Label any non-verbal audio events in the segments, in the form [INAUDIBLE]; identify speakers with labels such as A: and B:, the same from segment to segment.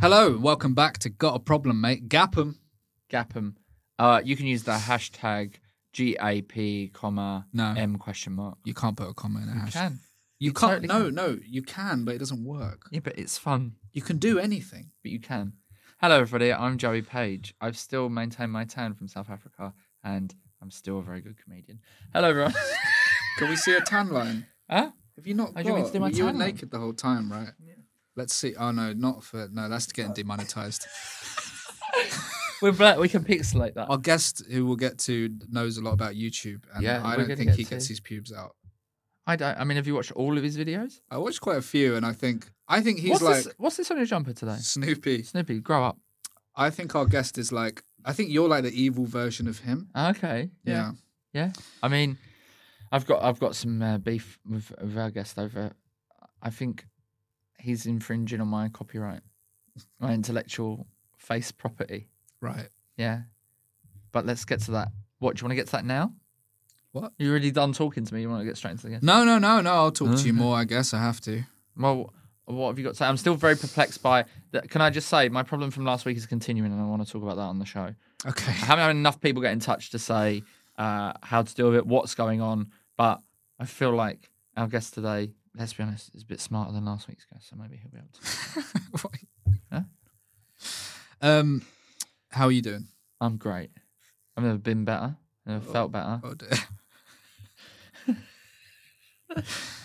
A: Hello, welcome back to Got a Problem, mate. Gapham.
B: Gapham. Uh, you can use the hashtag GAP, comma
A: No.
B: M question mark.
A: You can't put a comma in a hash.
B: Can.
A: You
B: You
A: can't.
B: totally
A: no,
B: can.
A: no, you can, but it doesn't work.
B: Yeah, but it's fun.
A: You can do anything.
B: But you can. Hello, everybody. I'm Joey Page. I've still maintained my tan from South Africa, and I'm still a very good comedian. Hello, [LAUGHS] everyone.
A: Can we see a tan line?
B: huh?
A: Have you not?
B: I
A: Got,
B: do mean to do my
A: you were
B: tan line.
A: naked the whole time, right? Let's see. Oh no, not for no. That's getting demonetized.
B: We're black. We can pixelate that.
A: Our guest, who we'll get to, knows a lot about YouTube, and
B: Yeah,
A: I
B: we're
A: don't
B: gonna
A: think
B: get
A: he
B: to.
A: gets his pubes out.
B: I don't. I mean, have you watched all of his videos?
A: I watched quite a few, and I think I think he's
B: what's
A: like
B: this, what's this on your jumper today?
A: Snoopy.
B: Snoopy, grow up.
A: I think our guest is like. I think you're like the evil version of him.
B: Okay.
A: Yeah.
B: Yeah. I mean, I've got I've got some uh, beef with, with our guest over. I think he's infringing on my copyright, my intellectual face property.
A: Right.
B: Yeah. But let's get to that. What do you want to get to that now?
A: What?
B: You already done talking to me. You want to get straight into the guest?
A: No, no, no, no. I'll talk to you more. I guess I have to.
B: Well, what have you got to say? I'm still very perplexed by that. Can I just say my problem from last week is continuing, and I want to talk about that on the show.
A: Okay.
B: I haven't had enough people get in touch to say uh, how to deal with it, what's going on, but I feel like our guest today, let's be honest, is a bit smarter than last week's guest, so maybe he'll be able to. Uh-huh.
A: [LAUGHS]
B: Huh?
A: Um, how are you doing?
B: I'm great. I've never been better, never felt better.
A: Oh dear.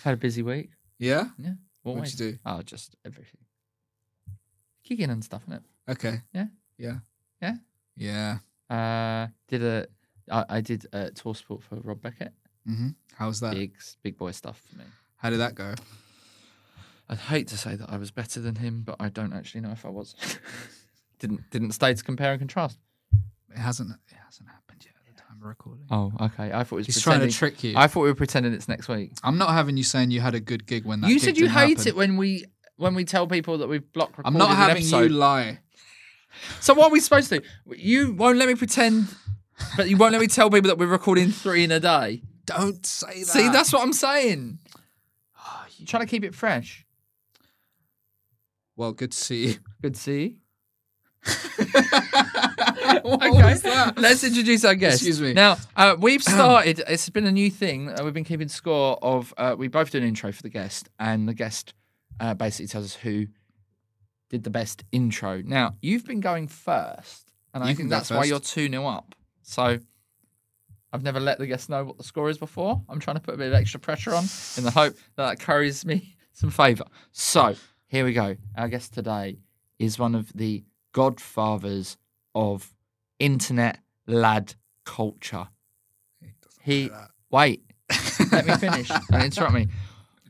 B: Had a busy week.
A: [LAUGHS] Yeah.
B: Yeah. What
A: What'd you do?
B: Oh, just everything. Kicking and stuff, innit?
A: Okay.
B: Yeah.
A: Yeah.
B: Yeah?
A: Yeah.
B: Uh, did a, I, I did a tour support for Rob Beckett.
A: Mm-hmm. How's that?
B: Big, big boy stuff for me.
A: How did that go?
B: I'd hate to say that I was better than him, but I don't actually know if I was. [LAUGHS] didn't didn't stay to compare and contrast.
A: It hasn't. It hasn't happened yet at the time of recording.
B: Oh, okay. I thought it was
A: He's
B: pretending.
A: trying to trick you.
B: I thought we were pretending it's next week.
A: I'm not having you saying you had a good gig when that.
B: you
A: gig
B: said you
A: didn't
B: hate
A: happen.
B: it when we when we tell people that we've block recorded
A: I'm not
B: an
A: having you
B: episode.
A: lie.
B: so what are we supposed to? do? You won't let me pretend, but you won't let me tell people that we're recording three in a day.
A: Don't say that. Ah,
B: See, that's what I'm saying. Trying to keep it fresh.
A: well. Good to see
B: [LAUGHS]
A: you. [LAUGHS]
B: Good to see. you.
A: [LAUGHS] what
B: Okay.
A: was that?
B: Let's introduce our guest.
A: Excuse me.
B: Now, uh,
A: [CLEARS THROAT]
B: we've started, it's been a new thing. Uh, we've been keeping score of, uh, we both do an intro for the guest, and the guest uh, basically tells us who did the best intro. Now, you've been going first, and I
A: You can
B: think
A: go
B: that's why
A: first.
B: you're 2 0 up. So I've never let the guest know what the score is before. I'm trying to put a bit of extra pressure on in the hope that that carries me [LAUGHS] some favour. So here we go. Our guest today is one of the godfathers of internet lad culture. He wait, let me
A: [LAUGHS]
B: finish. Don't interrupt me.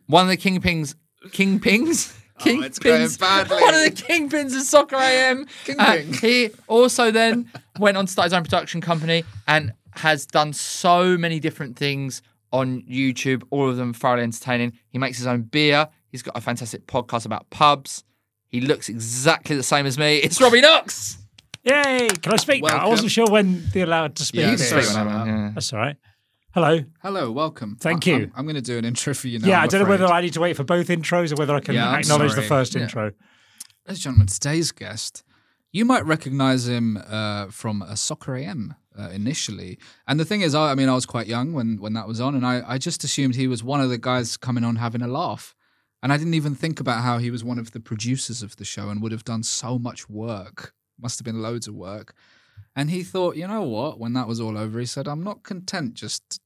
B: One of the kingpins,
A: [LAUGHS]
B: kingpins,
A: Oh,
B: kingpins.
A: it's going badly.
B: One of the kingpins of Soccer AM. Uh,
A: Kingpin.
B: he also then went on to start his own production company and has done so many different things on YouTube. All of them thoroughly entertaining. He makes his own beer. He's got a fantastic podcast about pubs. He looks exactly the same as me. It's Robbie Knox.
C: Yay! Can I speak now? I
A: Welcome.
C: wasn't sure when they're allowed to speak.
A: Yeah,
C: so-
A: speak whenever.
B: Yeah.
C: That's all right. Hello.
A: Hello, welcome.
C: Thank
A: I-
C: you.
A: I'm, going to do an intro for you now.
C: yeah,
A: I'm
C: I don't know
A: afraid.
C: whether I need to wait for both intros or whether I can
A: Yeah, I'm
C: acknowledge
A: sorry.
C: the first intro.
A: Ladies and gentlemen, today's guest, you might recognize him uh, from a Soccer AM uh, initially. And the thing is, I, I mean, I was quite young when, when that was on, and I, I just assumed he was one of the guys coming on having a laugh. And I didn't even think about how he was one of the producers of the show and would have done so much work. Must have been loads of work. And he thought, you know what? When that was all over, he said, I'm not content just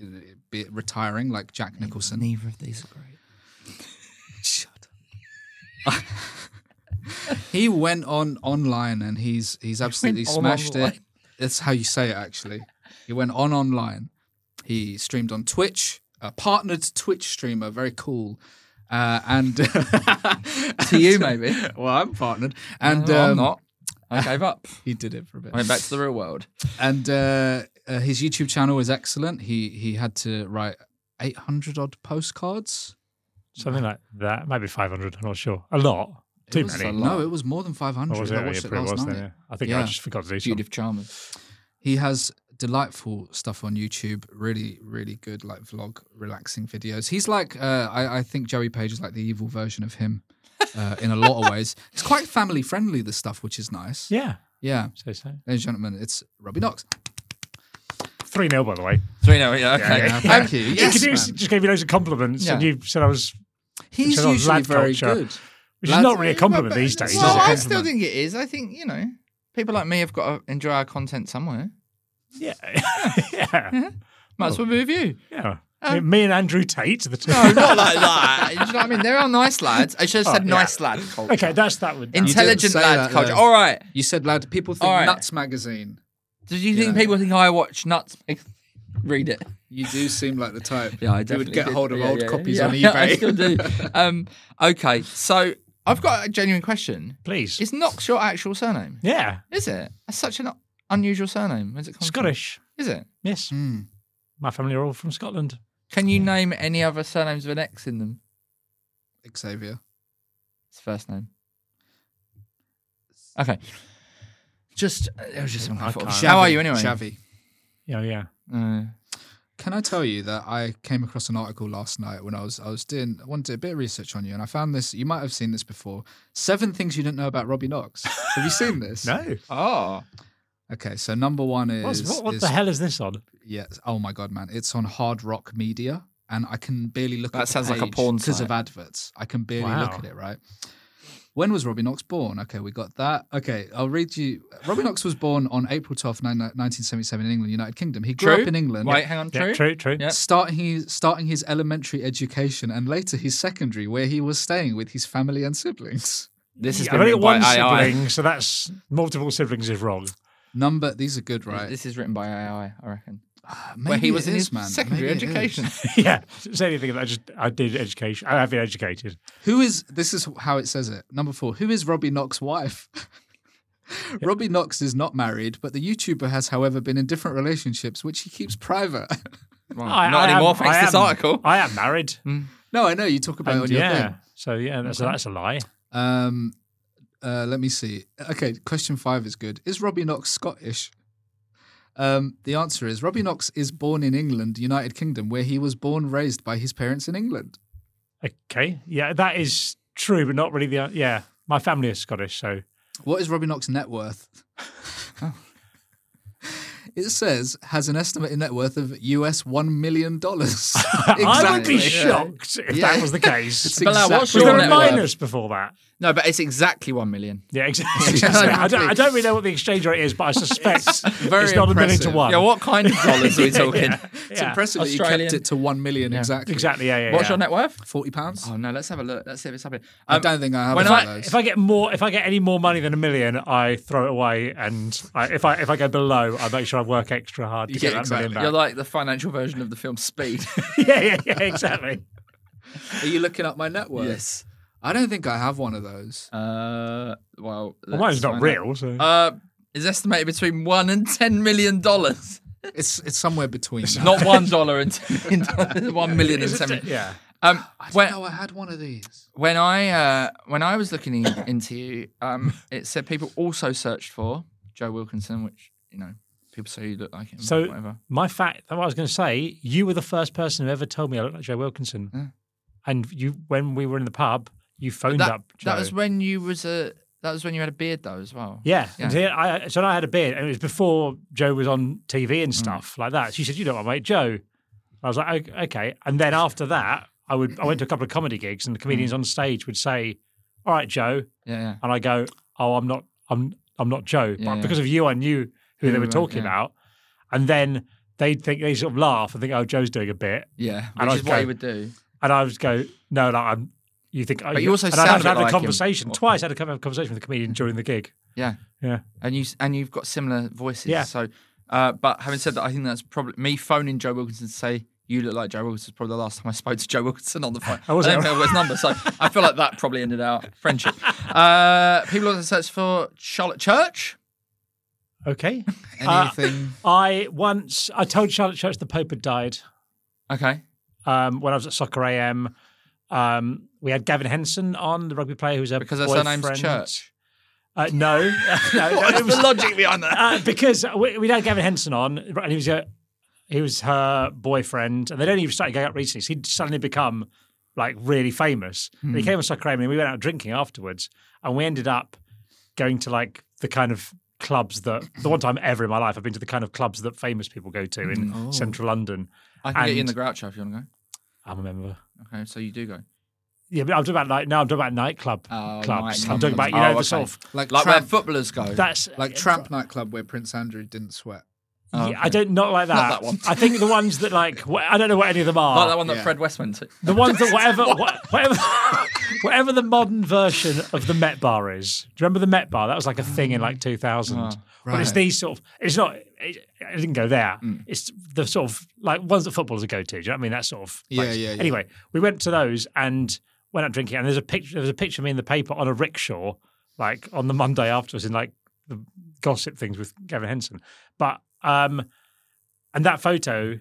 A: uh, be retiring like Jack Nicholson.
B: Neither of these are great.
A: Shut up. he went on online and he's he's absolutely
B: on
A: smashed it.
B: online.
A: That's how you say it actually. He went on online. He streamed on Twitch, a partnered Twitch streamer, very cool. Uh, [LAUGHS] and
B: To you, maybe.
A: well, I'm partnered, and
B: No, I'm
A: um,
B: not. I gave up.
A: He did it for a bit
B: I went back to the real world.
A: [LAUGHS] and uh, uh, his YouTube channel is excellent. He he had to write 800 odd postcards.
C: Something like that. Maybe 500. I'm not sure. A lot.
A: It
C: Too
A: was-
C: many.
A: No, it Oh, was more than 500.
C: Or was it?
A: I
C: Yeah,
A: watched it
C: probably
A: last
C: was
A: night.
C: then, yeah. I think
A: Yeah.
C: I just forgot to do something.
B: Judith Chalmers.
A: He has delightful stuff on YouTube. Really, really good, like vlog, relaxing videos. He's like, uh, I, I think Joey Page is like the evil version of him. uh, in a lot of ways. It's quite family friendly, this stuff, which is nice.
C: Yeah.
A: Yeah.
C: So so.
A: Ladies and gentlemen, it's Robbie Knox.
C: Three 0 by the way.
B: Three now, yeah, okay. Um,
A: Yeah, [LAUGHS] thank you.
C: You
A: Yes,
C: could do-
A: man.
C: just gave me loads of compliments, and
B: Yeah.
C: you said I was,
A: He's
C: Sort of
A: usually
C: lad
A: very
C: culture.
A: good.
C: which
A: Lads-
C: is not really a compliment
B: But-
C: these days.
B: Well,
C: is it?
B: I still think it is. I think you know, people like me have got to enjoy our content somewhere.
C: Yeah. [LAUGHS] yeah.
A: Mm-hmm.
B: Might
A: Oh.
B: as well be with you.
C: Yeah.
B: Um,
C: me and Andrew Tate, the two.
B: No, not like that. Do you know what I mean? There are nice lads. I should have
C: Oh,
B: said
C: yeah.
B: nice lad culture.
C: [LAUGHS] okay, that's that would.
A: [LAUGHS] You didn't
B: Intelligent
A: say
B: lad
A: that,
B: culture.
A: though.
B: All right.
A: You said lad. People think
B: All right.
A: Nuts magazine.
B: Do you
A: Yeah.
B: think people think I watch nuts? [LAUGHS] Read it.
A: You do seem like the type.
B: Yeah, I
A: You
B: definitely
A: would get
B: did.
A: hold of
B: Yeah,
A: old
B: yeah,
A: copies
B: [LAUGHS] yeah.
A: on
B: Yeah, I
A: eBay.
B: still do.
A: [LAUGHS]
B: Um, okay, so I've got a genuine question.
C: please.
B: Is Knox your actual surname?
C: yeah.
B: Is it? That's such an unusual surname. Where's it come from?
C: Scottish.
B: Is it?
C: Yes.
A: Hmm.
C: My family are all from Scotland.
B: Can you name any other surnames with an X in them?
A: Xavier.
B: It's first name. Okay. Just uh, it was just something I thought of.
C: can't.
B: How are
A: Xavi,
B: you anyway?
A: Xavi.
C: Yeah, yeah.
B: Uh,
A: Can I tell you that I came across an article last night when I was I was doing I wanted to do a bit of research on you and I found this you might have seen this before seven things you didn't know about Robbie Knox have you seen this
C: [LAUGHS] No.
B: oh.
A: okay so number one
C: What's,
A: is
C: what what
A: is-
C: the hell is this on?
A: yes oh my god man it's on Hard Rock Media and I can barely look
B: That
A: at the
B: sounds like a
A: page
B: porn
A: because
B: site.
A: of adverts I can barely look
C: Wow.
A: at it right when was Robbie Knox born okay we got that okay I'll read you Robbie Knox was born on April 12th 1977 in England United Kingdom he grew
B: True.
A: up in England
B: Wait, hang on. True.
C: Yeah, true, true.
B: Yeah. Yep.
A: starting his, starting his elementary education and later his secondary, where he was staying with his family and siblings.
B: This is
C: I've only
B: written
C: got
B: by
C: one
B: AI.
C: sibling, so that's multiple siblings is
B: [LAUGHS]
C: wrong. [LAUGHS]
A: Number these are good, right?
B: This is written by AI, I reckon.
A: Ah,
B: Where
A: maybe
B: he was
A: it
B: in
A: is,
B: his
A: man.
B: secondary
A: Maybe it is. [LAUGHS]
B: education.
C: yeah. Say anything about just I did education. I have been educated.
A: Who is this? Is how it says it. Number four. Who is Robbie Knox's wife? [LAUGHS] Robbie Knox is not married, but the YouTuber has, however, been in different relationships, which he keeps private. [LAUGHS]
B: Well,
C: I,
B: not
C: I
B: anymore
C: am,
B: thanks
C: I
B: to this
C: am-
B: article.
C: [LAUGHS]
B: Mm.
C: I am married.
A: no, I know you talk about it
C: And
A: on your
C: yeah.
A: thing.
C: So yeah, that's,
B: Okay.
C: that's a lie.
A: Um, uh, let me see. Okay, question five is good. Is Robbie Knox Scottish? Um, the answer is Robbie Knox is born in England, United Kingdom, where he was born, raised by his parents in England.
C: Okay. Yeah, that is true, but not really the. Yeah, my family is Scottish, so [LAUGHS]
A: What is Robbie Knox's net worth? [LAUGHS] It says has an estimated net worth of US one million [LAUGHS] dollars.
C: I would be
A: Exactly.
C: shocked if
A: Yeah.
C: that was
B: [LAUGHS]
C: the case.
B: But now, what's
C: was
B: your
C: there a
B: net worth?
C: minus before that?
B: No, but it's exactly one million. [LAUGHS]
C: Yeah, [LAUGHS] exactly. I, don't, I don't really know what the exchange rate is, but I suspect it's, not a million to
A: impressive.
C: one.
B: Yeah, what kind of dollars are
C: [LAUGHS]
B: we talking?
A: It's
C: Yeah.
A: impressive that you
B: Australian.
A: kept it to one million exactly.
C: Exactly. Yeah, yeah.
B: What's
C: yeah.
B: your net worth?
A: Forty pounds.
B: Oh no, let's have a look. Let's see if it's happening.
A: I
B: Um,
A: don't think I have
B: when
A: one
B: I-
A: of those.
C: If I get more, if I get any more money than a million, I throw it away, and I, if I if I go below, I make sure I work extra hard to get that
B: You're
C: million back.
B: like the financial version of the film [LAUGHS] Speed.
C: [LAUGHS] yeah, yeah, yeah,
B: [LAUGHS]
C: exactly.
A: Are you looking up my net worth? I don't think I have one of those.
B: Uh, well,
C: Well,
B: let's
C: mine's not
B: find
C: real, so
B: out. Uh, is estimated between one and ten million [LAUGHS] dollars.
A: It's it's somewhere between. that.
B: Not one dollar and ten million dollars. [LAUGHS] One million and
C: Is it-
B: ten million.
C: [LAUGHS] yeah.
B: Um,
A: [LAUGHS] I didn't
B: when
A: know I had one of these.
B: when I uh when I was looking in- into you, um, it said people also searched for Joe Wilkinson, which you know people say you look like him.
C: So-
B: whatever.
C: My fact, what I was going to say, you were the first person who ever told me I looked like Joe Wilkinson,
B: Yeah.
C: and you when we were in the pub, you phoned
B: Mm. that,
C: up. Joe.
B: that was when you was a that was when you had a beard though as well.
C: Yeah.
B: Yeah.
C: And here I, so I had a beard, and it was before Joe was on TV
B: Mm.
C: and stuff like that. She said, "You know what, mate, Joe." I was like, "O- "Okay." And then after that, I would I went to a couple of comedy gigs, and the comedians
B: Mm.
C: on stage would say, "All right, Joe,"
B: yeah, yeah.
C: and I go, "Oh, I'm not, I'm, I'm not Joe,"
B: Yeah,
C: but
B: yeah.
C: because of you, I knew
B: Who
C: who they
B: you
C: were
B: were,
C: talking
B: yeah.
C: about, and then they'd think they sort of laugh and think, "Oh, Joe's doing a bit,"
B: Yeah,
C: And
B: which
C: I'd
B: is what
C: go-
B: he would do.
C: and I would go, "No, no, I'm." You think, oh,
B: But you also
C: and I'd have
B: sounded
C: to have
B: like
C: a
B: him.
C: conversation twice. I had to come have a conversation with the comedian during the
B: [LAUGHS]
C: gig.
B: Yeah,
C: Yeah.
B: and you s- and you've got similar voices.
C: Yeah.
B: So, uh, but having said that, I think that's probably me phoning Joe Wilkinson to say you look like Joe Wilkinson. is Probably the last time I spoke to Joe Wilkinson on the
C: [LAUGHS]
B: phone.
C: Oh, was
B: I
C: it?
B: don't know his number, so I feel like that probably ended our
C: [LAUGHS]
B: friendship. Uh, people also search for Charlotte Church.
C: Okay.
B: Uh,
A: Anything?
C: I once I told Charlotte Church the Pope had died
B: Okay,
C: um, when I was at Soccer AM. Um, we had Gavin Henson on, the rugby player who's a
B: because her
C: boyfriend.
B: surname's Church.
C: Uh, no, [LAUGHS] no,
B: What's
C: it was
B: the logic behind that?
C: uh, because we, we had Gavin Henson on, and he was a, he was her boyfriend, and they'd only started going out recently. So he'd suddenly become like really famous. And he
B: Hmm.
C: came on Soccer AM and we went out drinking afterwards, and we ended up going to like the kind of clubs that the one time ever in my life I've been to the kind of clubs that famous people go to in
B: Hmm. Oh.
C: central London.
B: I can get you in
C: And-
B: the Groucho if you want to
C: I'm a member.
B: go. Okay, so you do go.
C: Yeah, but I'm talking about like no, I'm talking about nightclub
B: Oh,
C: clubs.
B: nightclub
C: I'm talking about you
B: clubs.
C: know
B: Oh,
C: the sort
B: okay.
C: of
A: Like,
B: Like where
A: tramp,
B: footballers go.
C: that's
A: like Tramp nightclub where Prince Andrew didn't sweat.
B: Oh,
C: yeah,
B: okay.
C: I don't not like that.
B: that one.
C: I think the ones that like wh- I don't know what any of them are.
B: like that one that
A: yeah.
B: Fred West went to.
C: The
A: [LAUGHS]
C: ones that whatever wha- whatever [LAUGHS] whatever the modern version of the Met Bar is. Do you remember the Met Bar? That was like a thing in like 2000. But it's
A: Ah, right. Mm.
C: these sort of. It's not. It, I didn't go there. It's the sort of like ones that footballers go to. Do you know what I mean? That sort of.
A: Yeah,
C: place.
A: yeah, yeah.
C: Anyway, we went to those and went out drinking. And there's a picture. There was a picture of me in the paper on a rickshaw, like on the Monday afterwards, in like the gossip things with Gavin Henson. But um, and that photo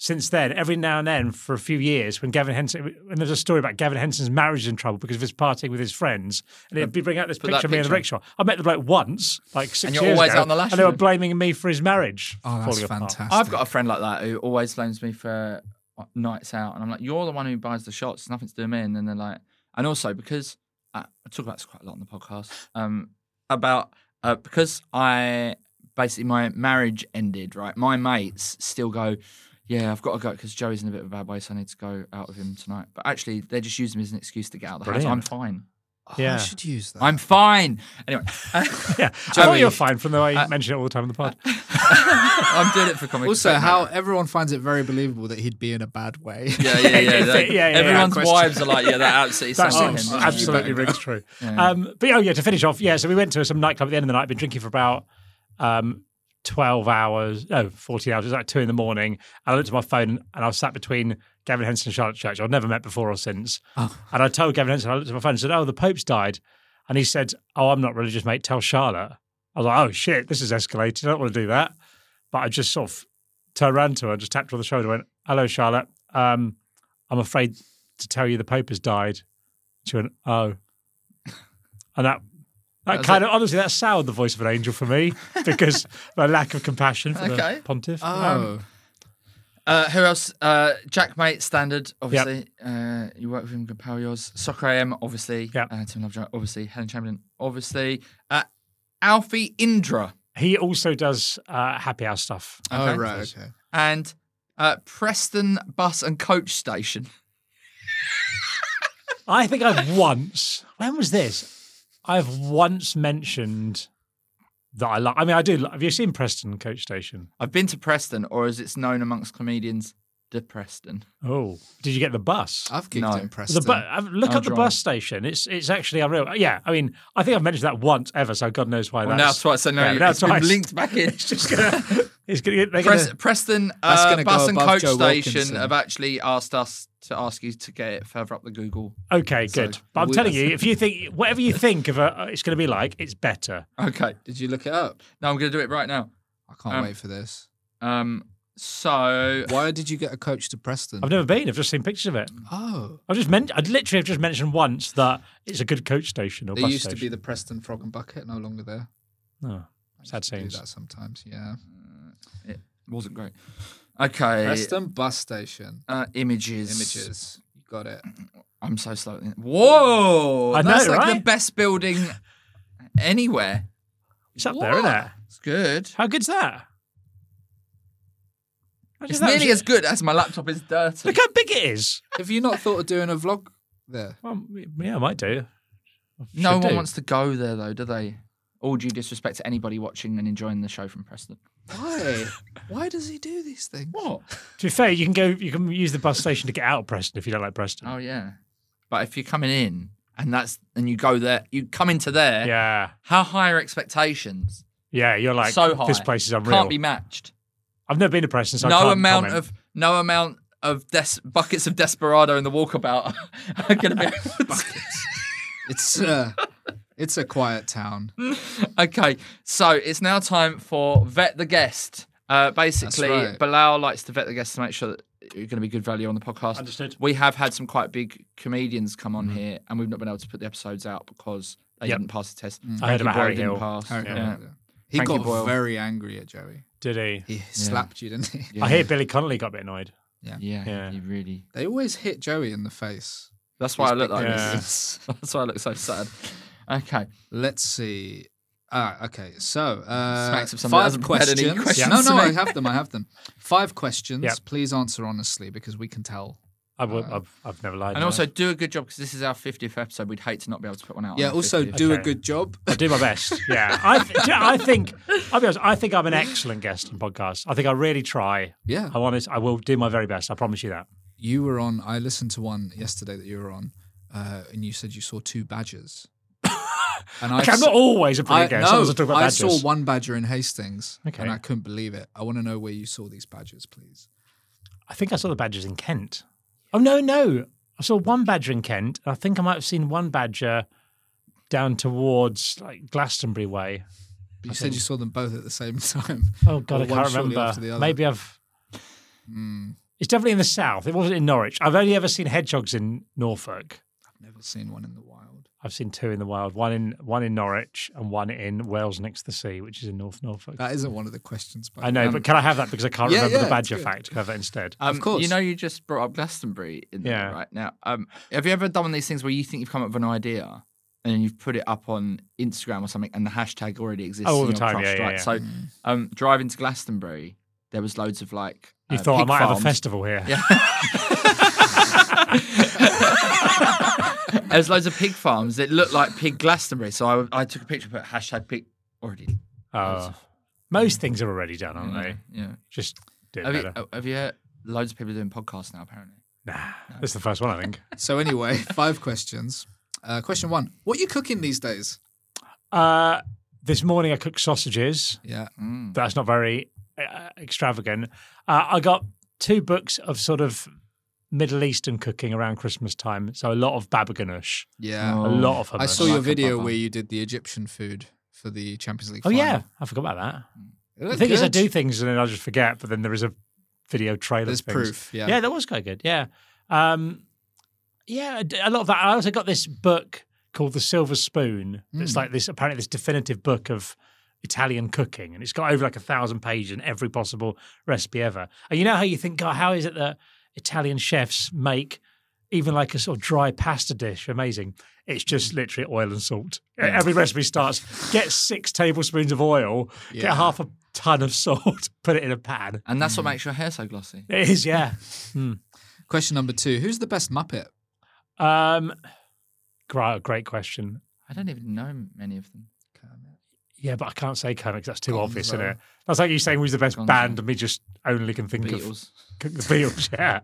C: since then, every now and then for a few years, when Gavin Henson, and there's a story about Gavin Henson's marriage is in trouble because of his partying with his friends, and it'd be bring out this
B: Put
C: picture
B: that
C: of me in a
B: picture on.
C: rickshaw. I met the bloke once, like six
B: And you're
C: years
B: always
C: ago,
B: out on the lash
C: and they
B: with
C: were
B: him.
C: blaming me for his marriage.
A: Oh, that's
C: falling apart.
A: fantastic.
B: I've got a friend like that who always blames me for nights out, and I'm like, "You're the one who buys the shots. It's nothing to do with me." And then they're like, and also because I, I talk about this quite a lot on the podcast um, about uh, because I basically my marriage ended. Right, my mates still go. Yeah, I've got to go because Joey's in a bit of a bad way, so I need to go out with him tonight. But actually, they're just using me as an excuse to get out of the house. I'm
C: Brilliant.
B: fine.
A: Oh, I
C: Yeah.
A: should use that.
B: I'm fine. Anyway, [LAUGHS]
C: Yeah, I thought
B: Joey. Uh,
C: you were fine from the way you mentioned it all the time in the pod.
B: I'm doing it for comic.
A: also,
B: effect, mate.
A: how everyone finds it very believable that he'd be in a bad way.
B: Yeah, yeah, yeah.
C: If
B: that-
C: it- yeah, yeah, yeah,
B: Everyone's
A: question.
B: wives are like, yeah, that absolutely
C: That's
B: sounds like him.
C: absolutely rings true. Um, but oh yeah, to finish off, yeah. So we went to some nightclub at the end of the night. Been drinking for about um, twelve hours, no, fourteen hours. It was like two in the morning. And I looked at my phone and I was sat between Gavin Henson and Charlotte Church. I'd never met before or since. And I told Gavin Henson. I looked at my phone and said, "Oh, the Pope's died." And he said, "Oh, I'm not religious, mate. Tell Charlotte." I was like, "Oh shit, this is escalated. I don't want to do that." But I just sort of turned around to her, and just tapped her on the shoulder, and went, "Hello, Charlotte. Um, I'm afraid to tell you the Pope has died." She went, "Oh," [LAUGHS] and that. That
B: was
C: kind of honestly, that soured the voice of an angel for me because my lack of compassion for
B: Okay.
C: the pontiff. Um,
A: [LAUGHS] Oh,
B: Uh, who else? Uh, Jack Mate, standard, obviously. Uh, you work with him, good power yours. Soccer AM, obviously.
C: Yep.
B: Uh, Tim Lovejoy, obviously. Helen Chamberlain, obviously. Uh, Alfie Indra
C: he also does uh, happy hour stuff.
A: oh,
B: Okay.
A: right, okay.
B: and uh, Preston Bus and Coach Station.
C: I think I've once. When was this? I've once mentioned that I like. I mean, I do. lo- Have you seen Preston Coach Station?
B: I've been to Preston, or as it's known amongst comedians, the Preston.
C: Oh, did you get the bus?
A: I've kicked
B: No.
A: in
C: The
A: Preston.
C: bu- uh, look
B: I'll
C: at the
B: drive.
C: bus station. It's it's actually unreal. Uh, Yeah, I mean, I think I've mentioned that once ever, so God knows why
B: Well, now
C: that's.
B: twice, so now
C: yeah,
B: you-
C: now
B: it's been
C: twice.
B: linked back
C: [LAUGHS]
B: in.
C: it's just gonna. It's gonna. They're
B: Pres-
C: gonna
B: Preston
A: That's
B: uh,
A: gonna go
B: Bus and
A: above
B: Coach
A: Joe
B: Station
A: Wilkinson.
B: have actually asked us to ask you to get it further up the Google.
C: okay,
B: So,
C: good. but I'm
B: we-
C: telling you, if you think whatever you think of a, uh, it's going to be like, it's better.
B: Okay.
A: Did you look it up?
B: No, I'm going to do it right now.
A: I can't
B: Um,
A: wait for this.
B: Um, so
A: Why did you get a coach to Preston?
C: I've never been. I've just seen pictures of it.
A: oh,
C: I've just meant. I'd literally have just mentioned once that it's a good coach station or
A: there
C: bus
A: used
C: station.
A: to be the Preston Frog and Bucket, no longer there.
C: No. Sad
A: They do
C: scenes.
A: that sometimes, yeah.
B: it wasn't great. Okay.
A: Preston bus station
B: Uh, images.
A: images. You got it.
B: I'm so slow. at the- Whoa!
C: I know,
B: that's like the
C: right?
B: best building anywhere.
C: It's up there, isn't it?
B: It's good.
C: How good's that? How does
B: It's
C: that-
B: nearly as good as my laptop is dirty.
C: Look how big it is.
A: Have you not thought of doing a vlog there?
C: Well, yeah, I might do. I
B: No
C: should
B: one
C: do.
B: wants to go there though, do they? All due disrespect to anybody watching and enjoying the show from Preston.
A: [LAUGHS] Why? Why does he do these things?
B: What?
C: To be fair, you can go. You can use the bus station to get out of Preston if you don't like Preston.
B: Oh yeah. But if you're coming in and that's and you go there, you come into there.
C: Yeah,
B: How high are expectations?
C: yeah. You're like
B: so high.
C: This place is unreal.
B: Can't be matched.
C: I've never been to Preston, so I
B: no
C: can't
B: amount
C: comment.
B: of no amount of des- buckets of desperado in the walkabout [LAUGHS] are going to
C: [LAUGHS]
B: be able to.
A: It's uh, it's a quiet [LAUGHS] town.
B: okay. So it's now time for vet the guest. Uh, basically,
A: That's right.
B: Bilal likes to vet the guests to make sure that you're going to be good value on the podcast.
C: Understood.
B: We have had some quite big comedians come on here, and we've not been able to put the episodes out because they
C: Mm-hmm. Yep. Mm.
B: didn't pass the test.
C: I heard
B: Frankie
C: about Harry
B: Boyle didn't
C: Hill.
B: pass.
A: Harry
B: Yeah.
A: Potter. He
B: Frankie
A: got
B: Boyle.
A: very angry at Joey.
C: Did he?
A: He slapped you, didn't he?
B: Yeah.
C: I hear Billy Connolly got a bit annoyed.
B: Yeah,
C: Yeah.
B: you really.
A: They always hit Joey in the face.
B: That's why I
A: These
B: look like
C: pictures.
B: this. [LAUGHS] That's why I look so sad. Okay.
A: Let's see. Ah, okay. So, uh,
B: Smacks of somebody
A: five
B: that hasn't prepared any
A: questions.
B: questions
A: No, no,
B: to
A: I
B: me.
A: have them. I have them.
B: [LAUGHS]
A: Five questions.
C: Yep.
A: Please answer honestly because we can tell.
C: I would, I've, I've never lied.
B: Uh, And
C: no.
B: also do a good job because this is our 50th episode. We'd hate to not be able to put one out. on
A: Yeah.
B: the
A: Also,
B: 50th.
A: do a
C: Okay.
A: good job.
B: [LAUGHS]
C: I do my best. Yeah, I, th- do you know, I think I'll be honest. I think I'm an excellent guest on podcasts. I think I really try.
A: yeah.
C: I'm honest. I will do my very best. I promise you that.
A: You were on. I listened to one yesterday that you were on, uh, and you said you saw two badgers.
C: [LAUGHS]
A: and
C: Okay, I'm not always a
A: I,
C: brilliant guest.
A: no,
C: Sometimes I talk about
A: I
C: badgers.
A: saw one badger in Hastings,
C: Okay.
A: and I couldn't believe it. I want to know where you saw these badgers, please.
C: I think I saw the badgers in Kent. Oh no, no. I saw one badger in Kent. and I think I might have seen one badger down towards like Glastonbury way.
A: But you said you saw them both at the same [LAUGHS] time.
C: Oh god,
A: Or
C: I
A: one
C: can't
A: shortly
C: remember.
A: after the other.
C: Maybe I've
A: Mm,
C: it's definitely in the south. It wasn't in Norwich. I've only ever seen hedgehogs in Norfolk.
A: I've never seen one in the wild.
C: I've seen two in the wild, one in one in Norwich and one in Wales next to the sea, which is in North Norfolk.
A: That isn't one of the questions. By
C: I know,
A: um,
C: but can I have that because I can't
A: yeah,
C: remember
A: yeah,
C: the
A: it's
C: badger
A: good.
C: fact? Can I have that instead?
B: Um,
A: course.
B: You know, you just brought up Glastonbury in there
C: Yeah.
B: right now. Um, have you ever done one of these things where you think you've come up with an idea and then you've put it up on Instagram or something and the hashtag already exists?
C: Oh, all
B: in your
C: the time,
B: crust,
C: yeah, yeah,
B: right?
C: yeah.
B: So
A: Mm.
B: um, driving to Glastonbury, there was loads of like.
C: You
B: uh,
C: thought I
B: pig
C: might have a
B: farms.
C: festival here.
B: Yeah. There's loads of pig farms that look like pig Glastonbury. So I, I took a picture, put hashtag pig already.
C: Oh. most things are already
A: Oh,
C: done, aren't they?
B: Yeah.
C: Just do it
B: Mm. Have
C: better.
B: you, have you heard loads of people doing podcasts now, apparently?
C: Nah, this is the first one, I think.
A: So anyway, [LAUGHS] five questions. Uh, question one: What you cooking these days?
C: Uh, this morning I cooked sausages.
A: Yeah.
B: Mm.
C: That's not very uh, extravagant. Uh, I got two books of sort of Middle Eastern cooking around Christmas time. So a lot of baba ganoush,
A: Yeah.
C: a lot of hummus.
A: Oh, I saw
B: Like
A: your
B: a
A: video
B: papa.
A: where you did the Egyptian food for the Champions League.
C: Oh
A: final.
C: yeah, I forgot about that.
A: It
C: The
A: looked
C: thing is, I
A: good.
C: do things and then I just forget. But then there is a video trailer.
A: There's
C: of things.
A: proof. Yeah.
C: Yeah. that was quite good. Yeah, um, yeah, d- a lot of that. I also got this book called The Silver Spoon. It's
A: Mm.
C: like this apparently this definitive book of Italian cooking, and it's got over like a thousand pages and every possible recipe ever. And you know how you think, God, how is it that Italian chefs make even like a sort of dry pasta dish amazing? It's just literally oil and salt. E, Every recipe starts get six tablespoons of oil,
A: Yeah.
C: get half a ton of salt, [LAUGHS] put it in a pan.
B: And that's what
A: Mm.
B: makes your hair so glossy.
C: It is, yeah.
A: Question number two: Who's the best Muppet?
C: Um, great, great question.
B: I don't even know many of them.
C: Yeah, but I can't say comics. That's too
A: Gonzo.
C: obvious, isn't it? That's like you saying who's the best
B: Gonzo.
C: band, and we just only can think of
B: Beatles.
C: [LAUGHS] the Beatles. Yeah.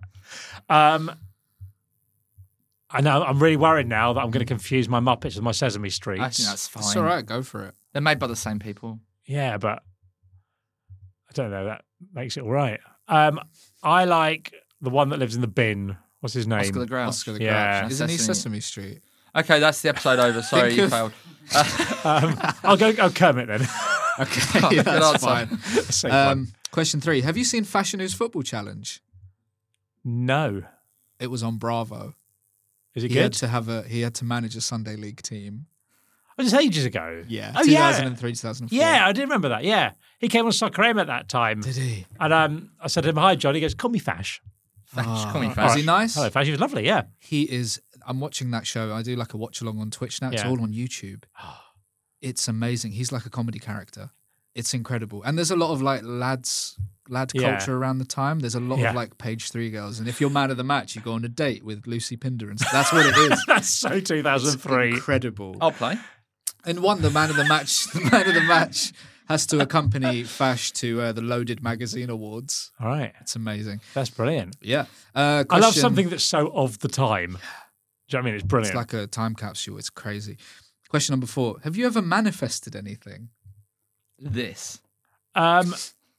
C: Um, I know. I'm really worried now that I'm going to confuse my Muppets with my Sesame Street.
B: Mm. I think that's fine.
A: It's all right. Go for it.
B: They're made by the same people.
C: Yeah, but I don't know. That makes it all right. Um, I like the one that lives in the bin. What's his name?
B: Oscar the Grouch.
A: Oscar the
C: Yeah.
A: Grouch. Isn't he Sesame
B: Sesame-
A: Street? [LAUGHS]
B: Okay, that's the episode over. Sorry,
A: Think
B: you
A: of-
B: failed.
C: um, I'll go. I'll Kermit
A: [LAUGHS]
C: then. [LAUGHS]
B: [LAUGHS]
A: Okay, that's
B: answer.
A: fine.
C: Same one.
A: Um, question three: Have you seen Fashion News Football Challenge?
C: no,
A: It was on Bravo.
C: is it
A: He had
C: good?
A: to have a. He had to manage a Sunday League team.
C: It was ages ago.
A: Yeah.
C: Oh, yeah.
A: 2003, 2004.
C: Yeah, I did remember that. Yeah, he came on Soccer Aim at that time,
A: Did he?
C: and um, I said to him, "Hi, John." He goes, "Call me Fash."
B: Just call me
A: Was
B: Fash.
A: Ah. he nice?
C: Hello, Fash. He was lovely. Yeah, [LAUGHS]
A: He is. I'm watching that show. I do like a watch along on Twitch now. It's
C: Yeah. Oh.
A: all on YouTube.
C: [GASPS]
A: It's amazing. He's like a comedy character. It's incredible. And there's a lot of like lads, lad
C: Yeah.
A: culture around the time. There's a lot
C: Yeah.
A: of like page three girls. And if you're mad at the match, you go on a date with Lucy Pinder. And stuff. that's what it is.
C: [LAUGHS] that's Oh. so 2003.
A: Incredible.
B: I'll play.
A: And one, the man of the match, [LAUGHS] the man of the match has to accompany Fash to uh, the Loaded Magazine Awards.
C: All right,
A: It's amazing.
C: that's brilliant.
A: Yeah. Uh,
C: I love
A: question-
C: something that's so of the time. Do you know what I mean? It's brilliant.
A: It's like a time capsule. It's crazy. Question number four: Have you ever manifested anything?
B: This
C: um,